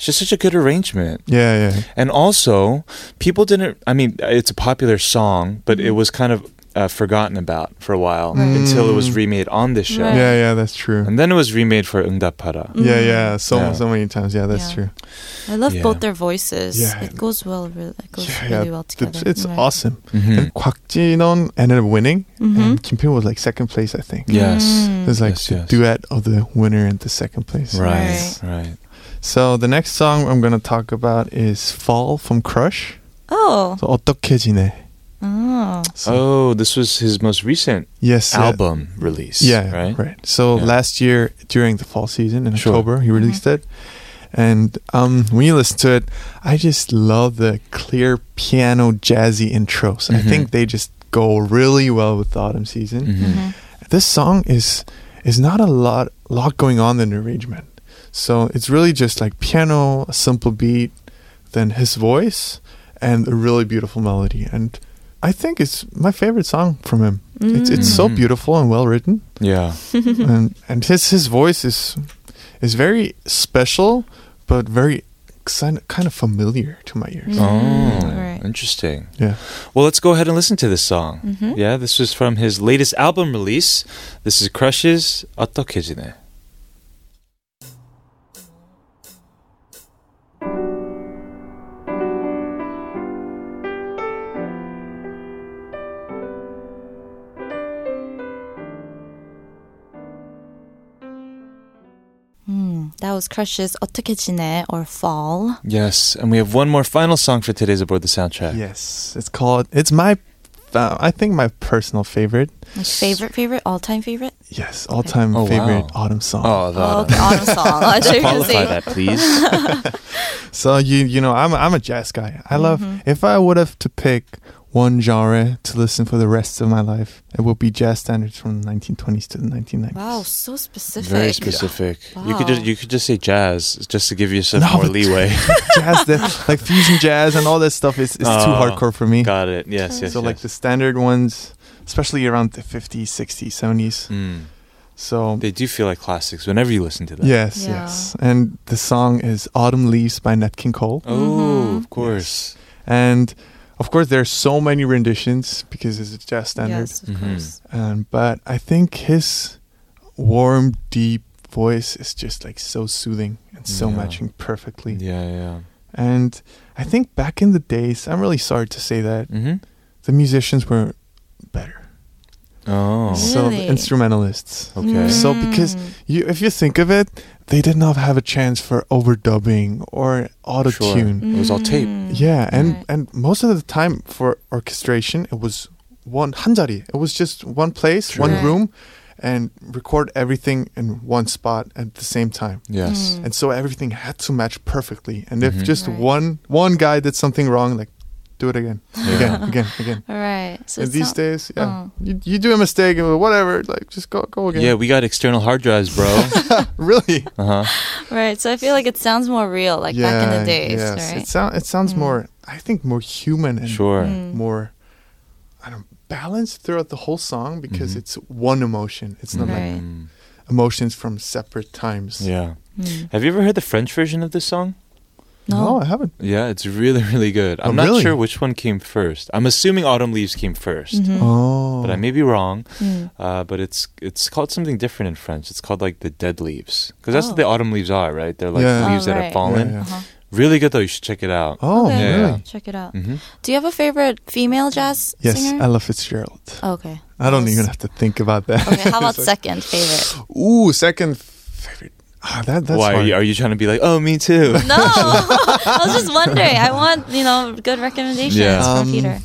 Speaker 3: It's just such a good arrangement.
Speaker 7: Yeah, yeah.
Speaker 3: And also, people didn't. I mean, it's a popular song, but it was kind of uh, forgotten about for a while
Speaker 7: Right.
Speaker 3: until it was
Speaker 7: Mm-hmm. Mm.
Speaker 3: remade on this show.
Speaker 7: Right. Yeah, yeah, that's true.
Speaker 3: And then it was remade for 응답하라.
Speaker 7: Yeah, yeah. So
Speaker 3: Yeah.
Speaker 7: so many times. Yeah, that's
Speaker 2: Mm-hmm. Yeah.
Speaker 7: true.
Speaker 2: I love
Speaker 3: Yeah.
Speaker 2: both their voices.
Speaker 7: Yeah.
Speaker 2: It goes well, really, it goes
Speaker 7: Yeah,
Speaker 2: really well together.
Speaker 7: it's, it's
Speaker 2: Right.
Speaker 7: awesome.
Speaker 3: Mm-hmm.
Speaker 7: And Kwak Jinon ended up winning,
Speaker 2: Mm-hmm.
Speaker 7: and Kim Pil was like second place, I think.
Speaker 3: Yes. Mm.
Speaker 7: it was like
Speaker 3: Yes,
Speaker 7: the
Speaker 3: yes.
Speaker 7: duet of the winner and the second place.
Speaker 3: Right, right.
Speaker 7: So the next song I'm gonna talk about is "Fall" from Crush.
Speaker 2: Oh.
Speaker 7: So 어떻게 지내?
Speaker 2: Oh.
Speaker 3: Oh, this was his most recent
Speaker 7: Yes, yeah.
Speaker 3: album release.
Speaker 7: Yeah,
Speaker 3: right.
Speaker 7: Right. So
Speaker 3: Yeah.
Speaker 7: last year during the fall season in
Speaker 3: Sure. Mm-hmm.
Speaker 7: October, he released it. And um, when you listen to it, I just love the clear piano jazzy intros. I
Speaker 3: Mhm.
Speaker 7: think they just go really well with the autumn season.
Speaker 3: Mm-hmm.
Speaker 7: This song is is not a lot lot going on in the arrangement. So it's really just like piano, a simple beat, then his voice and a really beautiful melody. And I think it's my favorite song from him. It's it's so
Speaker 3: Mm.
Speaker 7: beautiful and well written
Speaker 3: Yeah.
Speaker 7: and and his his voice is is very special, but very kind of- kind of familiar to my ears.
Speaker 3: Oh, interesting.
Speaker 7: Yeah.
Speaker 3: Well, let's go ahead and listen to this song.
Speaker 7: Mhm.
Speaker 3: Yeah, this was from his latest album release. This is Crush's 어떻게 지내?
Speaker 2: Mm, that was Crush's 어떻게 지내 or Fall.
Speaker 3: Yes, and we have one more final song for today's Aboard the Soundtrack.
Speaker 7: Yes, it's called. It's my, uh, I think my personal favorite.
Speaker 2: My favorite, favorite, all time favorite.
Speaker 7: Yes, all time
Speaker 3: Oh, wow.
Speaker 7: favorite autumn song.
Speaker 3: Oh, the
Speaker 2: Oh, okay, autumn song. I thought you were gonna say- Qualify that, please.
Speaker 7: so you you know I'm I'm a jazz guy. I love. If I would have to pick one genre to listen for the rest of my life, it would be jazz standards from the 1920s to the 1990s.
Speaker 2: Wow, so specific.
Speaker 3: Very specific. You could
Speaker 2: Wow.
Speaker 3: just, you could just say jazz just to give yourself
Speaker 7: No,
Speaker 3: more
Speaker 7: but-
Speaker 3: leeway.
Speaker 7: jazz, that, like fusion jazz and all that stuff is, is too
Speaker 3: Oh,
Speaker 7: hardcore for me.
Speaker 3: Got it. Yes, yes.
Speaker 7: so like the standard ones, especially around the 50s, 60s, 70s. So
Speaker 3: Mm. they do feel like classics whenever you listen to them.
Speaker 7: Yes, yes. And the song is Autumn Leaves by Nat King Cole.
Speaker 3: Oh,
Speaker 2: Mm-hmm.
Speaker 3: of course.
Speaker 7: And of course, there are so many renditions because it's a jazz standard.
Speaker 2: Yes, of Mhm. course.
Speaker 7: Um, but I think his warm, deep voice is just like so soothing and so
Speaker 3: Yeah.
Speaker 7: matching perfectly.
Speaker 3: Yeah, yeah.
Speaker 7: And I think back in the days, I'm really sorry to say that
Speaker 3: Mm. Mm-hmm.
Speaker 7: the musicians were better.
Speaker 3: Oh,
Speaker 2: Mm-hmm.
Speaker 7: So the instrumentalists.
Speaker 3: Okay.
Speaker 7: So because
Speaker 2: Mm.
Speaker 7: you, if you think of it, they did not have a chance for overdubbing or auto tune.
Speaker 2: Mm-hmm.
Speaker 3: Sure. It was all tape.
Speaker 7: Yeah, and and most of the time for orchestration, it was one 한자리. It was just one place,
Speaker 3: True.
Speaker 7: one
Speaker 3: Right.
Speaker 7: room, and record everything in one spot at the same time.
Speaker 3: Yes. Mm.
Speaker 7: and so everything had to match perfectly. And if
Speaker 3: Mhm.
Speaker 7: just
Speaker 2: Mm-hmm. Right.
Speaker 7: one one guy did something wrong, like do it again,
Speaker 3: Yeah.
Speaker 7: again, again, again.
Speaker 2: Right. So
Speaker 7: and
Speaker 2: it's
Speaker 7: these
Speaker 2: not-
Speaker 7: days, yeah,
Speaker 2: Oh.
Speaker 7: you, you do a mistake, uh, whatever, like just go go again.
Speaker 3: Yeah, we got external hard drives, bro.
Speaker 7: really?
Speaker 3: Uh huh.
Speaker 2: Right. So I feel like it sounds more real, like back in the days,
Speaker 7: Yes.
Speaker 2: right?
Speaker 7: It, sound, it sounds more, I think, more human and
Speaker 3: Sure.
Speaker 2: Mm.
Speaker 7: more, I don't balanced throughout the whole song
Speaker 3: Mm-hmm.
Speaker 7: because it's one emotion. It's not
Speaker 3: Right.
Speaker 7: like emotions from separate times.
Speaker 3: Yeah.
Speaker 2: Mm.
Speaker 3: Have you ever heard the French version of this song?
Speaker 2: Oh.
Speaker 7: No, I haven't.
Speaker 3: Yeah, it's really, really good. I'm
Speaker 7: Oh,
Speaker 3: not
Speaker 7: really?
Speaker 3: sure which one came first. I'm assuming Autumn Leaves came 1st
Speaker 2: Mm.
Speaker 7: Mhm. Oh.
Speaker 3: but I may be wrong.
Speaker 7: Mm.
Speaker 3: Uh, but it's it's called something different in French. It's called like the dead leaves because
Speaker 2: Oh.
Speaker 3: that's what the autumn leaves are, right? They're like
Speaker 7: Yeah.
Speaker 3: leaves
Speaker 2: Oh,
Speaker 3: that
Speaker 2: right.
Speaker 3: have fallen.
Speaker 2: Yeah, yeah. Uh-huh.
Speaker 3: Really good though. You should check it out.
Speaker 7: Oh,
Speaker 2: Okay.
Speaker 7: really? Mm-hmm.
Speaker 3: yeah.
Speaker 2: Check it out.
Speaker 3: Mhm.
Speaker 2: Do you have a favorite female jazz
Speaker 7: Yes,
Speaker 2: singer? Oh,
Speaker 7: Ella Fitzgerald.
Speaker 2: Okay.
Speaker 7: I don't
Speaker 2: Yes.
Speaker 7: even have to think about that.
Speaker 2: Okay, how about
Speaker 7: It's like,
Speaker 2: second favorite?
Speaker 7: Ooh, second favorite. Ah, that, that's
Speaker 3: Why are
Speaker 7: hard.
Speaker 3: you, are you trying to be like? Oh, me too.
Speaker 2: No, I was just wondering. I want you know good recommendations
Speaker 3: Yeah.
Speaker 2: from
Speaker 7: Um,
Speaker 2: Peter.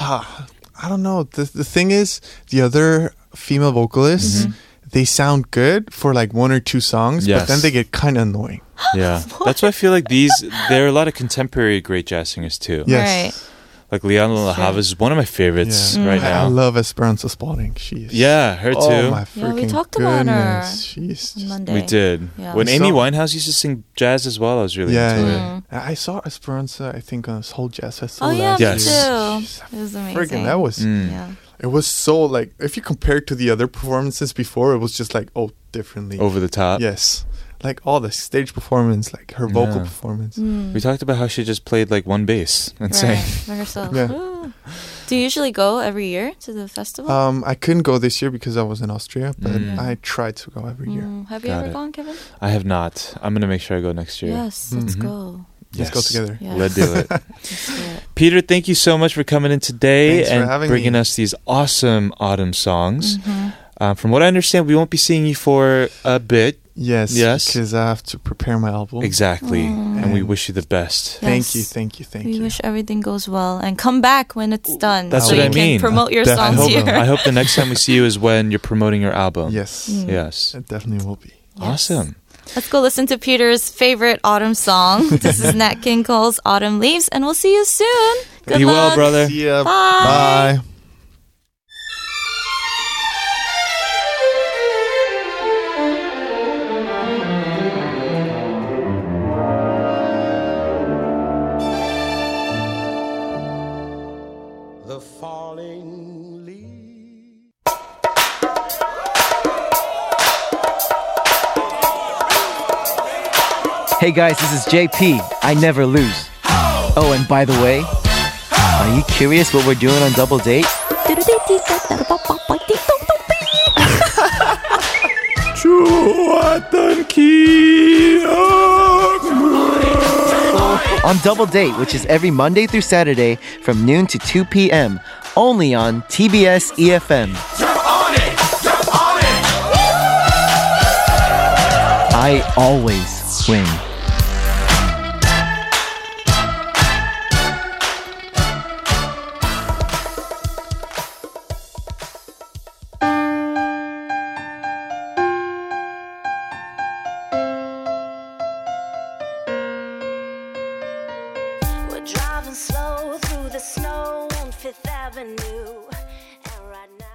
Speaker 7: Ah, I don't know. The, the thing is, the other female vocalists, they sound good for like one or two songs, but
Speaker 3: Mm-hmm. Yes.
Speaker 7: then they get kind of annoying.
Speaker 3: yeah, that's why I feel like these. There are a lot of contemporary great jazz singers too.
Speaker 7: Yes.
Speaker 3: Like Leon La Havas is one of my favorites right
Speaker 7: I-
Speaker 3: now.
Speaker 7: Mm. I love Esperanza Spalding. She is.
Speaker 3: Yeah, her
Speaker 7: Oh
Speaker 3: too.
Speaker 7: my
Speaker 2: Yeah, we
Speaker 7: freaking
Speaker 2: talked about her
Speaker 7: goodness. She's
Speaker 2: on
Speaker 7: just-
Speaker 2: Monday.
Speaker 3: We did.
Speaker 2: Yeah.
Speaker 3: When
Speaker 7: So-
Speaker 3: Amy Winehouse used to sing jazz as well, I was really
Speaker 7: yeah,
Speaker 3: into
Speaker 7: yeah.
Speaker 3: it.
Speaker 7: I I saw Esperanza. I think on Seoul Jazz Festival.
Speaker 2: Oh yeah,
Speaker 7: last
Speaker 2: me
Speaker 7: year.
Speaker 3: Yes.
Speaker 2: too. It was amazing.
Speaker 7: Freaking, that was.
Speaker 3: Mm.
Speaker 2: yeah.
Speaker 7: It was so like if you compare it to the other performances before, it was just like oh differently.
Speaker 3: Over the top.
Speaker 7: Yes, like all the stage performance, like her vocal
Speaker 3: Yeah.
Speaker 7: performance.
Speaker 2: Mm.
Speaker 3: We talked about how she just played like one bass and sang.
Speaker 2: Right, by herself.
Speaker 7: Yeah.
Speaker 2: Ooh. Do you usually go every year to the festival?
Speaker 7: Um, I couldn't go this year because I was in Austria, but
Speaker 3: Mm.
Speaker 7: I try to go every year.
Speaker 2: Mm, have you ever
Speaker 3: Got it.
Speaker 2: gone, Kevin?
Speaker 3: I have not. I'm gonna make sure I go next year.
Speaker 2: Yes, let's
Speaker 7: Mhm.
Speaker 2: go.
Speaker 7: Let's go together.
Speaker 2: Yeah.
Speaker 3: Let's do it.
Speaker 2: Let's do it.
Speaker 3: Peter, thank you so much for coming in today
Speaker 7: Thanks for
Speaker 3: and
Speaker 7: having
Speaker 3: bringing
Speaker 7: me.
Speaker 3: us these awesome autumn songs.
Speaker 2: Mm-hmm.
Speaker 3: Uh, from what I understand, we won't be seeing you for a bit.
Speaker 7: Yes,
Speaker 3: Yes.
Speaker 7: because I have to prepare my album.
Speaker 3: Exactly. And we
Speaker 7: And-
Speaker 3: wish you the best.
Speaker 7: Thank
Speaker 2: Yes.
Speaker 7: you, thank you, thank
Speaker 2: we
Speaker 7: you.
Speaker 2: wish everything goes well and come back when it's done.
Speaker 3: That's
Speaker 2: so
Speaker 3: what
Speaker 2: you
Speaker 3: I
Speaker 2: can
Speaker 3: mean.
Speaker 2: promote your
Speaker 7: Definitely.
Speaker 2: songs
Speaker 3: I hope,
Speaker 2: here.
Speaker 3: I hope the next time we see you is when you're promoting your album.
Speaker 7: yes,
Speaker 2: Mm.
Speaker 3: Yes.
Speaker 7: it definitely will be.
Speaker 3: Awesome.
Speaker 2: Let's go listen to Peter's favorite autumn song. this is Nat King Cole's Autumn Leaves, and we'll see you soon. Good
Speaker 3: Be
Speaker 2: luck.
Speaker 3: well, brother.
Speaker 7: See ya.
Speaker 2: Bye.
Speaker 7: Bye.
Speaker 11: The falling leaves.
Speaker 12: Hey guys, this is JP. I never lose. Oh, and by the way, are you curious what we're doing on Double Date? On Double Date, which is every Monday through Saturday from noon to 2 p.m., only on TBS EFM. I always win.
Speaker 4: We're driving slow through the snow on Fifth Avenue. And right now.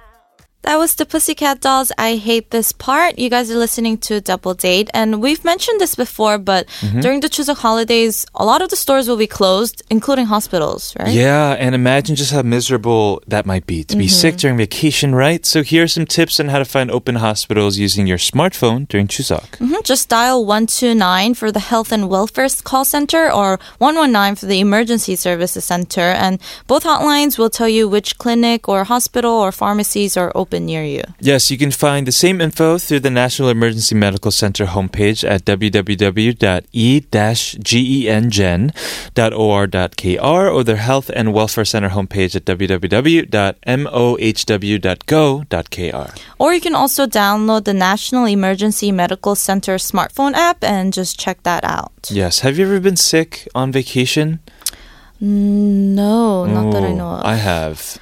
Speaker 2: That was the Pussycat Dolls. I hate this part. You guys are listening to Double Date, and we've mentioned this before, but during the Chuseok holidays, a lot of the stores will be closed, including hospitals, right?
Speaker 3: Yeah, and imagine just how miserable that might be to be sick during vacation, right? So here are some tips on how to find open hospitals using your smartphone during Chuseok.
Speaker 2: Mhm. Just dial 129 for the Health and Welfare Call Center or 119 for the Emergency Services Center. And both hotlines will tell you which clinic or hospital or pharmacies are open near you.
Speaker 3: Yes, you can find the same info through the National Emergency Medical Center homepage at e www.e-gengen.or.kr or their Health and Welfare Center homepage at www.mohw.go.kr.
Speaker 2: Or you can also download the National Emergency Medical Center smartphone app and just check that out.
Speaker 3: Yes, have you ever been sick on vacation?
Speaker 2: Mm, No, Oh, not that I
Speaker 3: Ooh,
Speaker 2: know of.
Speaker 3: Oh, I have.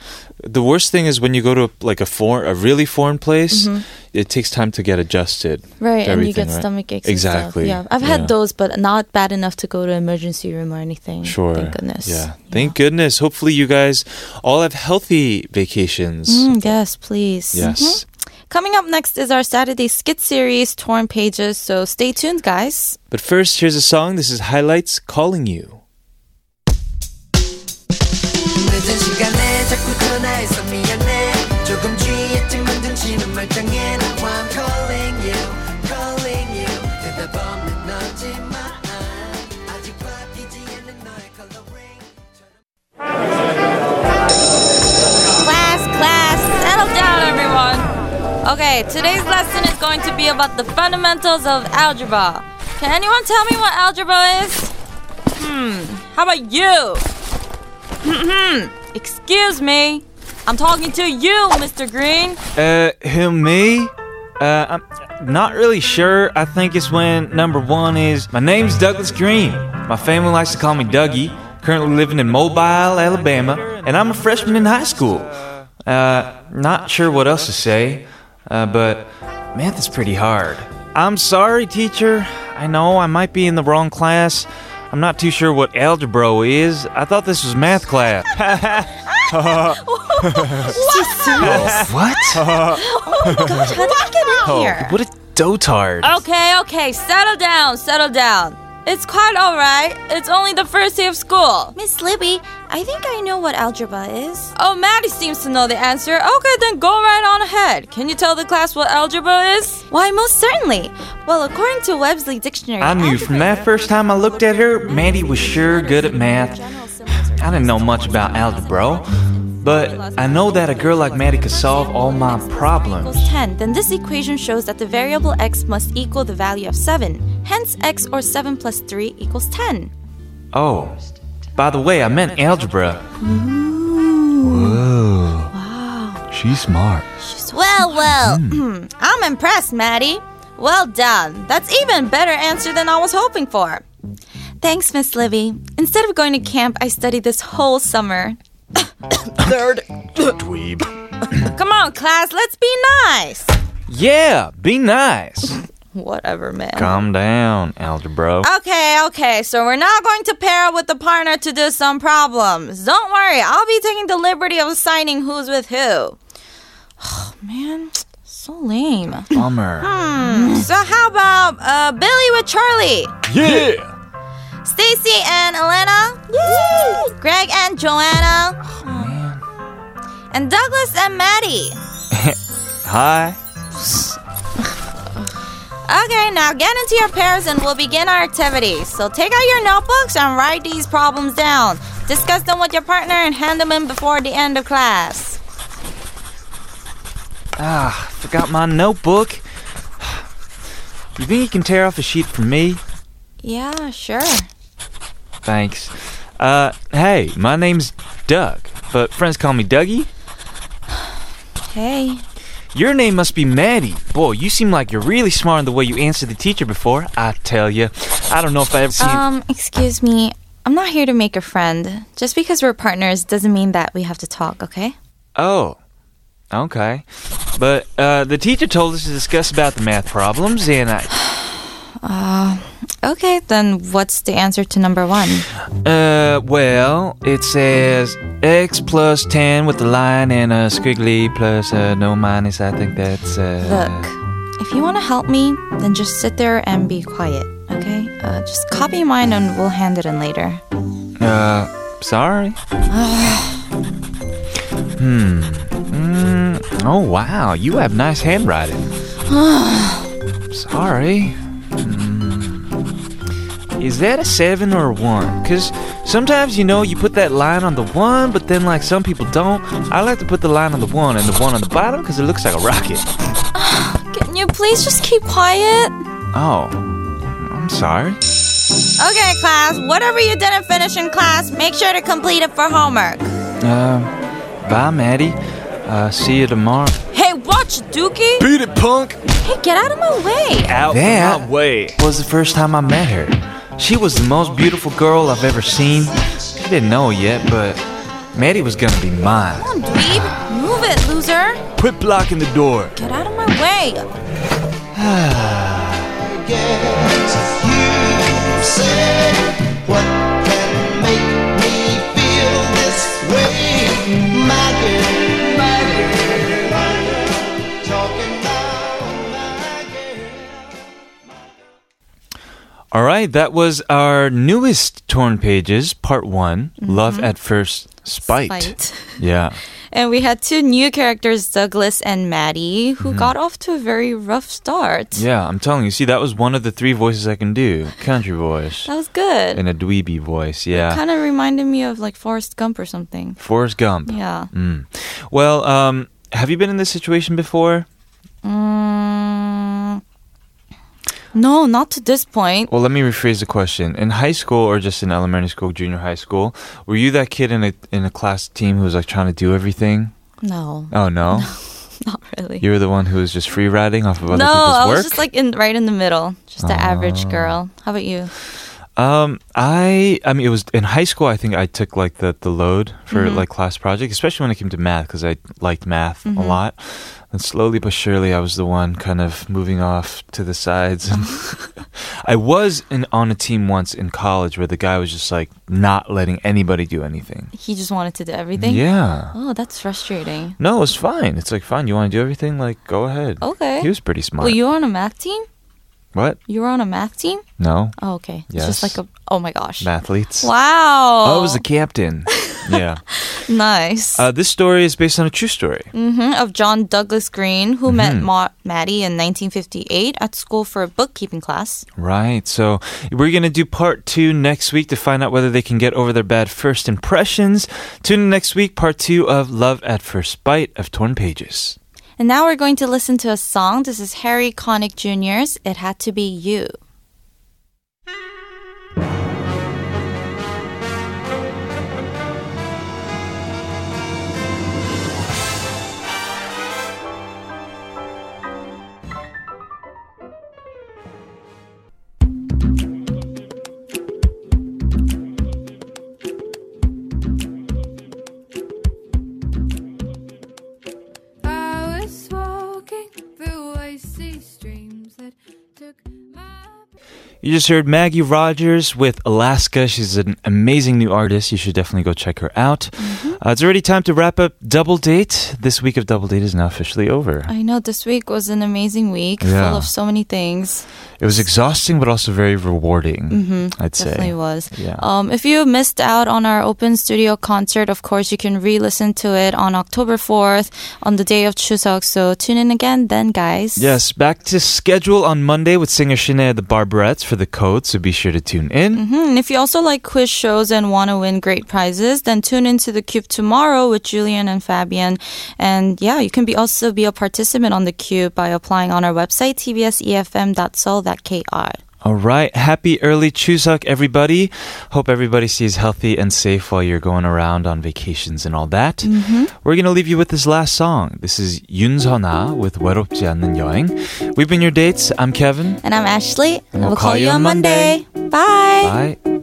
Speaker 3: The worst thing is when you go to like a foreign, a really foreign place. It takes time to get adjusted.
Speaker 2: Mm-hmm. Right,
Speaker 3: to
Speaker 2: and you
Speaker 3: everything,
Speaker 2: get
Speaker 3: right?
Speaker 2: stomach aches.
Speaker 3: Exactly.
Speaker 2: And stuff. Yeah, I've had those, but not bad enough to go to emergency room or anything.
Speaker 3: Sure.
Speaker 2: Thank goodness. Mm,
Speaker 3: Yeah. Thank goodness. Hopefully, you guys all have healthy vacations.
Speaker 2: Mm, yes, please.
Speaker 3: Yes.
Speaker 2: Mhm. Coming up next is our Saturday skit series, Torn Pages. So stay tuned, guys.
Speaker 3: But first, here's a song. This is Highlights Calling You.
Speaker 13: 늦은 시간에 자꾸 전화해서 미안해 조금 취했지 만든 지는 말짱해 Now I'm calling you, calling you 대답 없는
Speaker 2: Okay, today's lesson is going to be about the fundamentals of algebra. Can anyone tell me what algebra is? Hmm, how about you? Hmm, excuse me. I'm talking to you, Mr. Green.
Speaker 3: Uh, who me? Uh, I'm not really sure. I think it's when number one is my name's Douglas Green. My family likes to call me Dougie. Currently living in Mobile, Alabama, and I'm a freshman in high school. Uh, not sure what else to say, uh, but math is pretty hard. I'm sorry, teacher. I know I might be in the wrong class. I'm not too sure what algebra is. I thought this was math class. what?
Speaker 2: Oh my gosh, how did you get in here?
Speaker 3: what a dotard.
Speaker 2: Okay, okay, settle down, settle down. It's quite alright. It's only the first day of school. Miss Libby, I think I know what algebra is. Oh, Maddie seems to know the answer. Okay, then go right on ahead. Can you tell the class what algebra is? Why, most certainly. Well, according to Websley Dictionary,
Speaker 3: I knew from that first time I looked at her, Mandy was sure good at math. I didn't know much about algebra, but I know that a girl like Maddie could solve all my problems.
Speaker 2: equals 10, then this equation shows that the variable x must equal the value of 7. Hence, x or 7 plus 3 equals 10.
Speaker 3: Oh, by the way, I meant algebra. Whoa. Wow. She's smart.
Speaker 2: Well, well,
Speaker 3: Hmm.
Speaker 2: I'm impressed, Maddie. Well done. That's even better answer than I was hoping for. Thanks, Miss Livy. Instead of going to camp, I studied this whole summer. Nerd.
Speaker 3: Dweeb.
Speaker 2: Come on, class, let's be nice.
Speaker 3: Yeah, be nice.
Speaker 2: Whatever, man.
Speaker 3: Calm down, algebra.
Speaker 2: Okay, okay, so we're not going to pair up with the partner to do some problems. Don't worry, I'll be taking the liberty of assigning who's with who. Oh, man, so lame.
Speaker 3: Bummer.
Speaker 2: Hmm, so how about uh, Billy with Charlie?
Speaker 3: Yeah.
Speaker 2: Stacy and Elena? Yay! Greg and Joanna? And Douglas and Maddie.
Speaker 3: Hi.
Speaker 2: Okay, now get into your pairs and we'll begin our activity. So take out your notebooks and write these problems down. Discuss them with your partner and hand them in before the end of class.
Speaker 3: Ah, forgot my notebook. You think you can tear off a sheet for me?
Speaker 2: Yeah, sure.
Speaker 3: Thanks. Uh, hey, my name's Doug, but friends call me Dougie.
Speaker 2: Hey.
Speaker 3: Your name must be Maddie. Boy, you seem like you're really smart in the way you answered the teacher before. I tell you, I don't know if I ever seen.
Speaker 2: Um, excuse me. I'm not here to make a friend. Just because we're partners doesn't mean that we have to talk, okay?
Speaker 3: Oh, okay. But uh, the teacher told us to discuss about the math problems, and I.
Speaker 2: Uh, okay, then what's the answer to number one?
Speaker 3: Uh, well, it says x plus ten with a line and a squiggly plus uh, no minus. I think that's uh.
Speaker 2: Look, if you want to help me, then just sit there and be quiet, okay? Uh, just copy mine and we'll hand it in later.
Speaker 3: Uh, sorry. Hmm. Mm, oh wow, you have nice handwriting. Sorry. Mm. Is that a seven or a one? Cause sometimes you know you put that line on the one, but then like some people don't. I like to put the line on the one and the one on the bottom because it looks like a rocket.
Speaker 2: Can you please just keep quiet?
Speaker 3: Oh, I'm sorry.
Speaker 2: Okay, class, whatever you didn't finish in class, make sure to complete it for homework.
Speaker 3: Um, bye, Maddie. Uh, see you tomorrow.
Speaker 2: Hey, watch, Dookie!
Speaker 3: Beat it, punk!
Speaker 2: Hey, get out of my way!
Speaker 3: out that way. was the first time I met her. She was the most beautiful girl I've ever seen. She didn't know it yet, but Maddie was gonna be mine.
Speaker 2: Come on, dweeb! Move it, loser!
Speaker 3: Quit blocking the door.
Speaker 2: Get out of my way!
Speaker 3: All right, that was our newest Torn Pages, Part one Love at First Spite.
Speaker 2: Mm-hmm. Spite.
Speaker 3: Yeah.
Speaker 2: And we had two new characters, Douglas and Maddie, who got off to a very rough start.
Speaker 3: Mm-hmm. Yeah, I'm telling you. See, that was one of the three voices I can do country voice
Speaker 2: That was good.
Speaker 3: and a dweeby voice. Yeah.
Speaker 2: Kind of reminded me of like Forrest Gump or something.
Speaker 3: Forrest Gump.
Speaker 2: Yeah.
Speaker 3: Mm. Well, um, have you been in this situation before?
Speaker 2: Mm, no, not to this point.
Speaker 3: Well, let me rephrase the question. In high school or just in elementary school, junior high school, were you that kid in a in a class team who was like trying to do everything?
Speaker 2: No,
Speaker 3: Oh no.
Speaker 2: not really.
Speaker 3: You were the one who was just free riding off of other
Speaker 2: no,
Speaker 3: people's
Speaker 2: I
Speaker 3: work. Ah.
Speaker 2: was just like in right in the middle, just the average girl. How about you?
Speaker 3: Um, I I mean, it was in high school. I think I took like the the load for
Speaker 2: Mhm.
Speaker 3: like class project, especially when it came to math, because I liked math a
Speaker 2: Mhm.
Speaker 3: lot. And slowly but surely, I was the one kind of moving off to the sides. And I was in, on a team once in college where the guy was just like not letting anybody do anything.
Speaker 2: He just wanted to do everything.
Speaker 3: Yeah.
Speaker 2: Oh, that's frustrating.
Speaker 3: No, it's fine. It's like fine. You want to do everything? Like go ahead.
Speaker 2: Okay.
Speaker 3: He was pretty smart.
Speaker 2: Well, you were on a math team.
Speaker 3: what?
Speaker 2: You were on a math team.
Speaker 3: No.
Speaker 2: Oh, okay. It's just
Speaker 3: Yes.
Speaker 2: like a. Oh my gosh.
Speaker 3: Mathletes.
Speaker 2: Wow.
Speaker 3: Oh, I was the captain. yeah.
Speaker 2: nice.
Speaker 3: Uh, this story is based on a true story.
Speaker 2: hmm of John Douglas Green, who met
Speaker 3: Mhm.
Speaker 2: Ma- Maddie in 1958 at school for a bookkeeping class.
Speaker 3: Right. So we're going to do part two next week to find out whether they can get over their bad first impressions. Tune in next week, part two of Love at First Bite of Torn Pages.
Speaker 2: And now we're going to listen to a song. This is Harry Connick Jr.'s It Had to Be You.
Speaker 1: I was walking through icy streams that took
Speaker 3: You just heard Maggie Rogers with Alaska. She's an amazing new artist. You should definitely go check her out.
Speaker 2: Mm-hmm.
Speaker 3: Uh, it's already time to wrap up Double Date. This week of Double Date is now officially over.
Speaker 2: I know this week was an amazing week,
Speaker 3: Yeah.
Speaker 2: full of so many things.
Speaker 3: It was exhausting, but also very rewarding,
Speaker 2: Mhm,
Speaker 3: I'd say.
Speaker 2: definitely was.
Speaker 3: Yeah.
Speaker 2: Um, if you missed out on our open studio concert, of course, you can re-listen to it on October 4th, on the day of Chuseok. So tune in again then, guys.
Speaker 3: Yes, back to schedule on Monday with singer Shanae of the Barberettes for the code, so be sure to tune in.
Speaker 2: hmm And if you also like quiz shows and want to win great prizes, then tune into the Cube tomorrow with Julian and Fabian. And yeah, you can be also be a participant on the Cube by applying on our website tbsefm.soul.kr.
Speaker 3: All right, happy early Chuseok, everybody. Hope everybody stays healthy and safe while you're going around on vacations and all that.
Speaker 14: Mhm.
Speaker 3: We're going to leave you with this last song. This is Yun Zona with 외롭지 않는 여행. We've been your dates. I'm Kevin.
Speaker 2: And I'm Ashley.
Speaker 3: And we'll call you on Monday.
Speaker 2: Bye.
Speaker 3: Bye.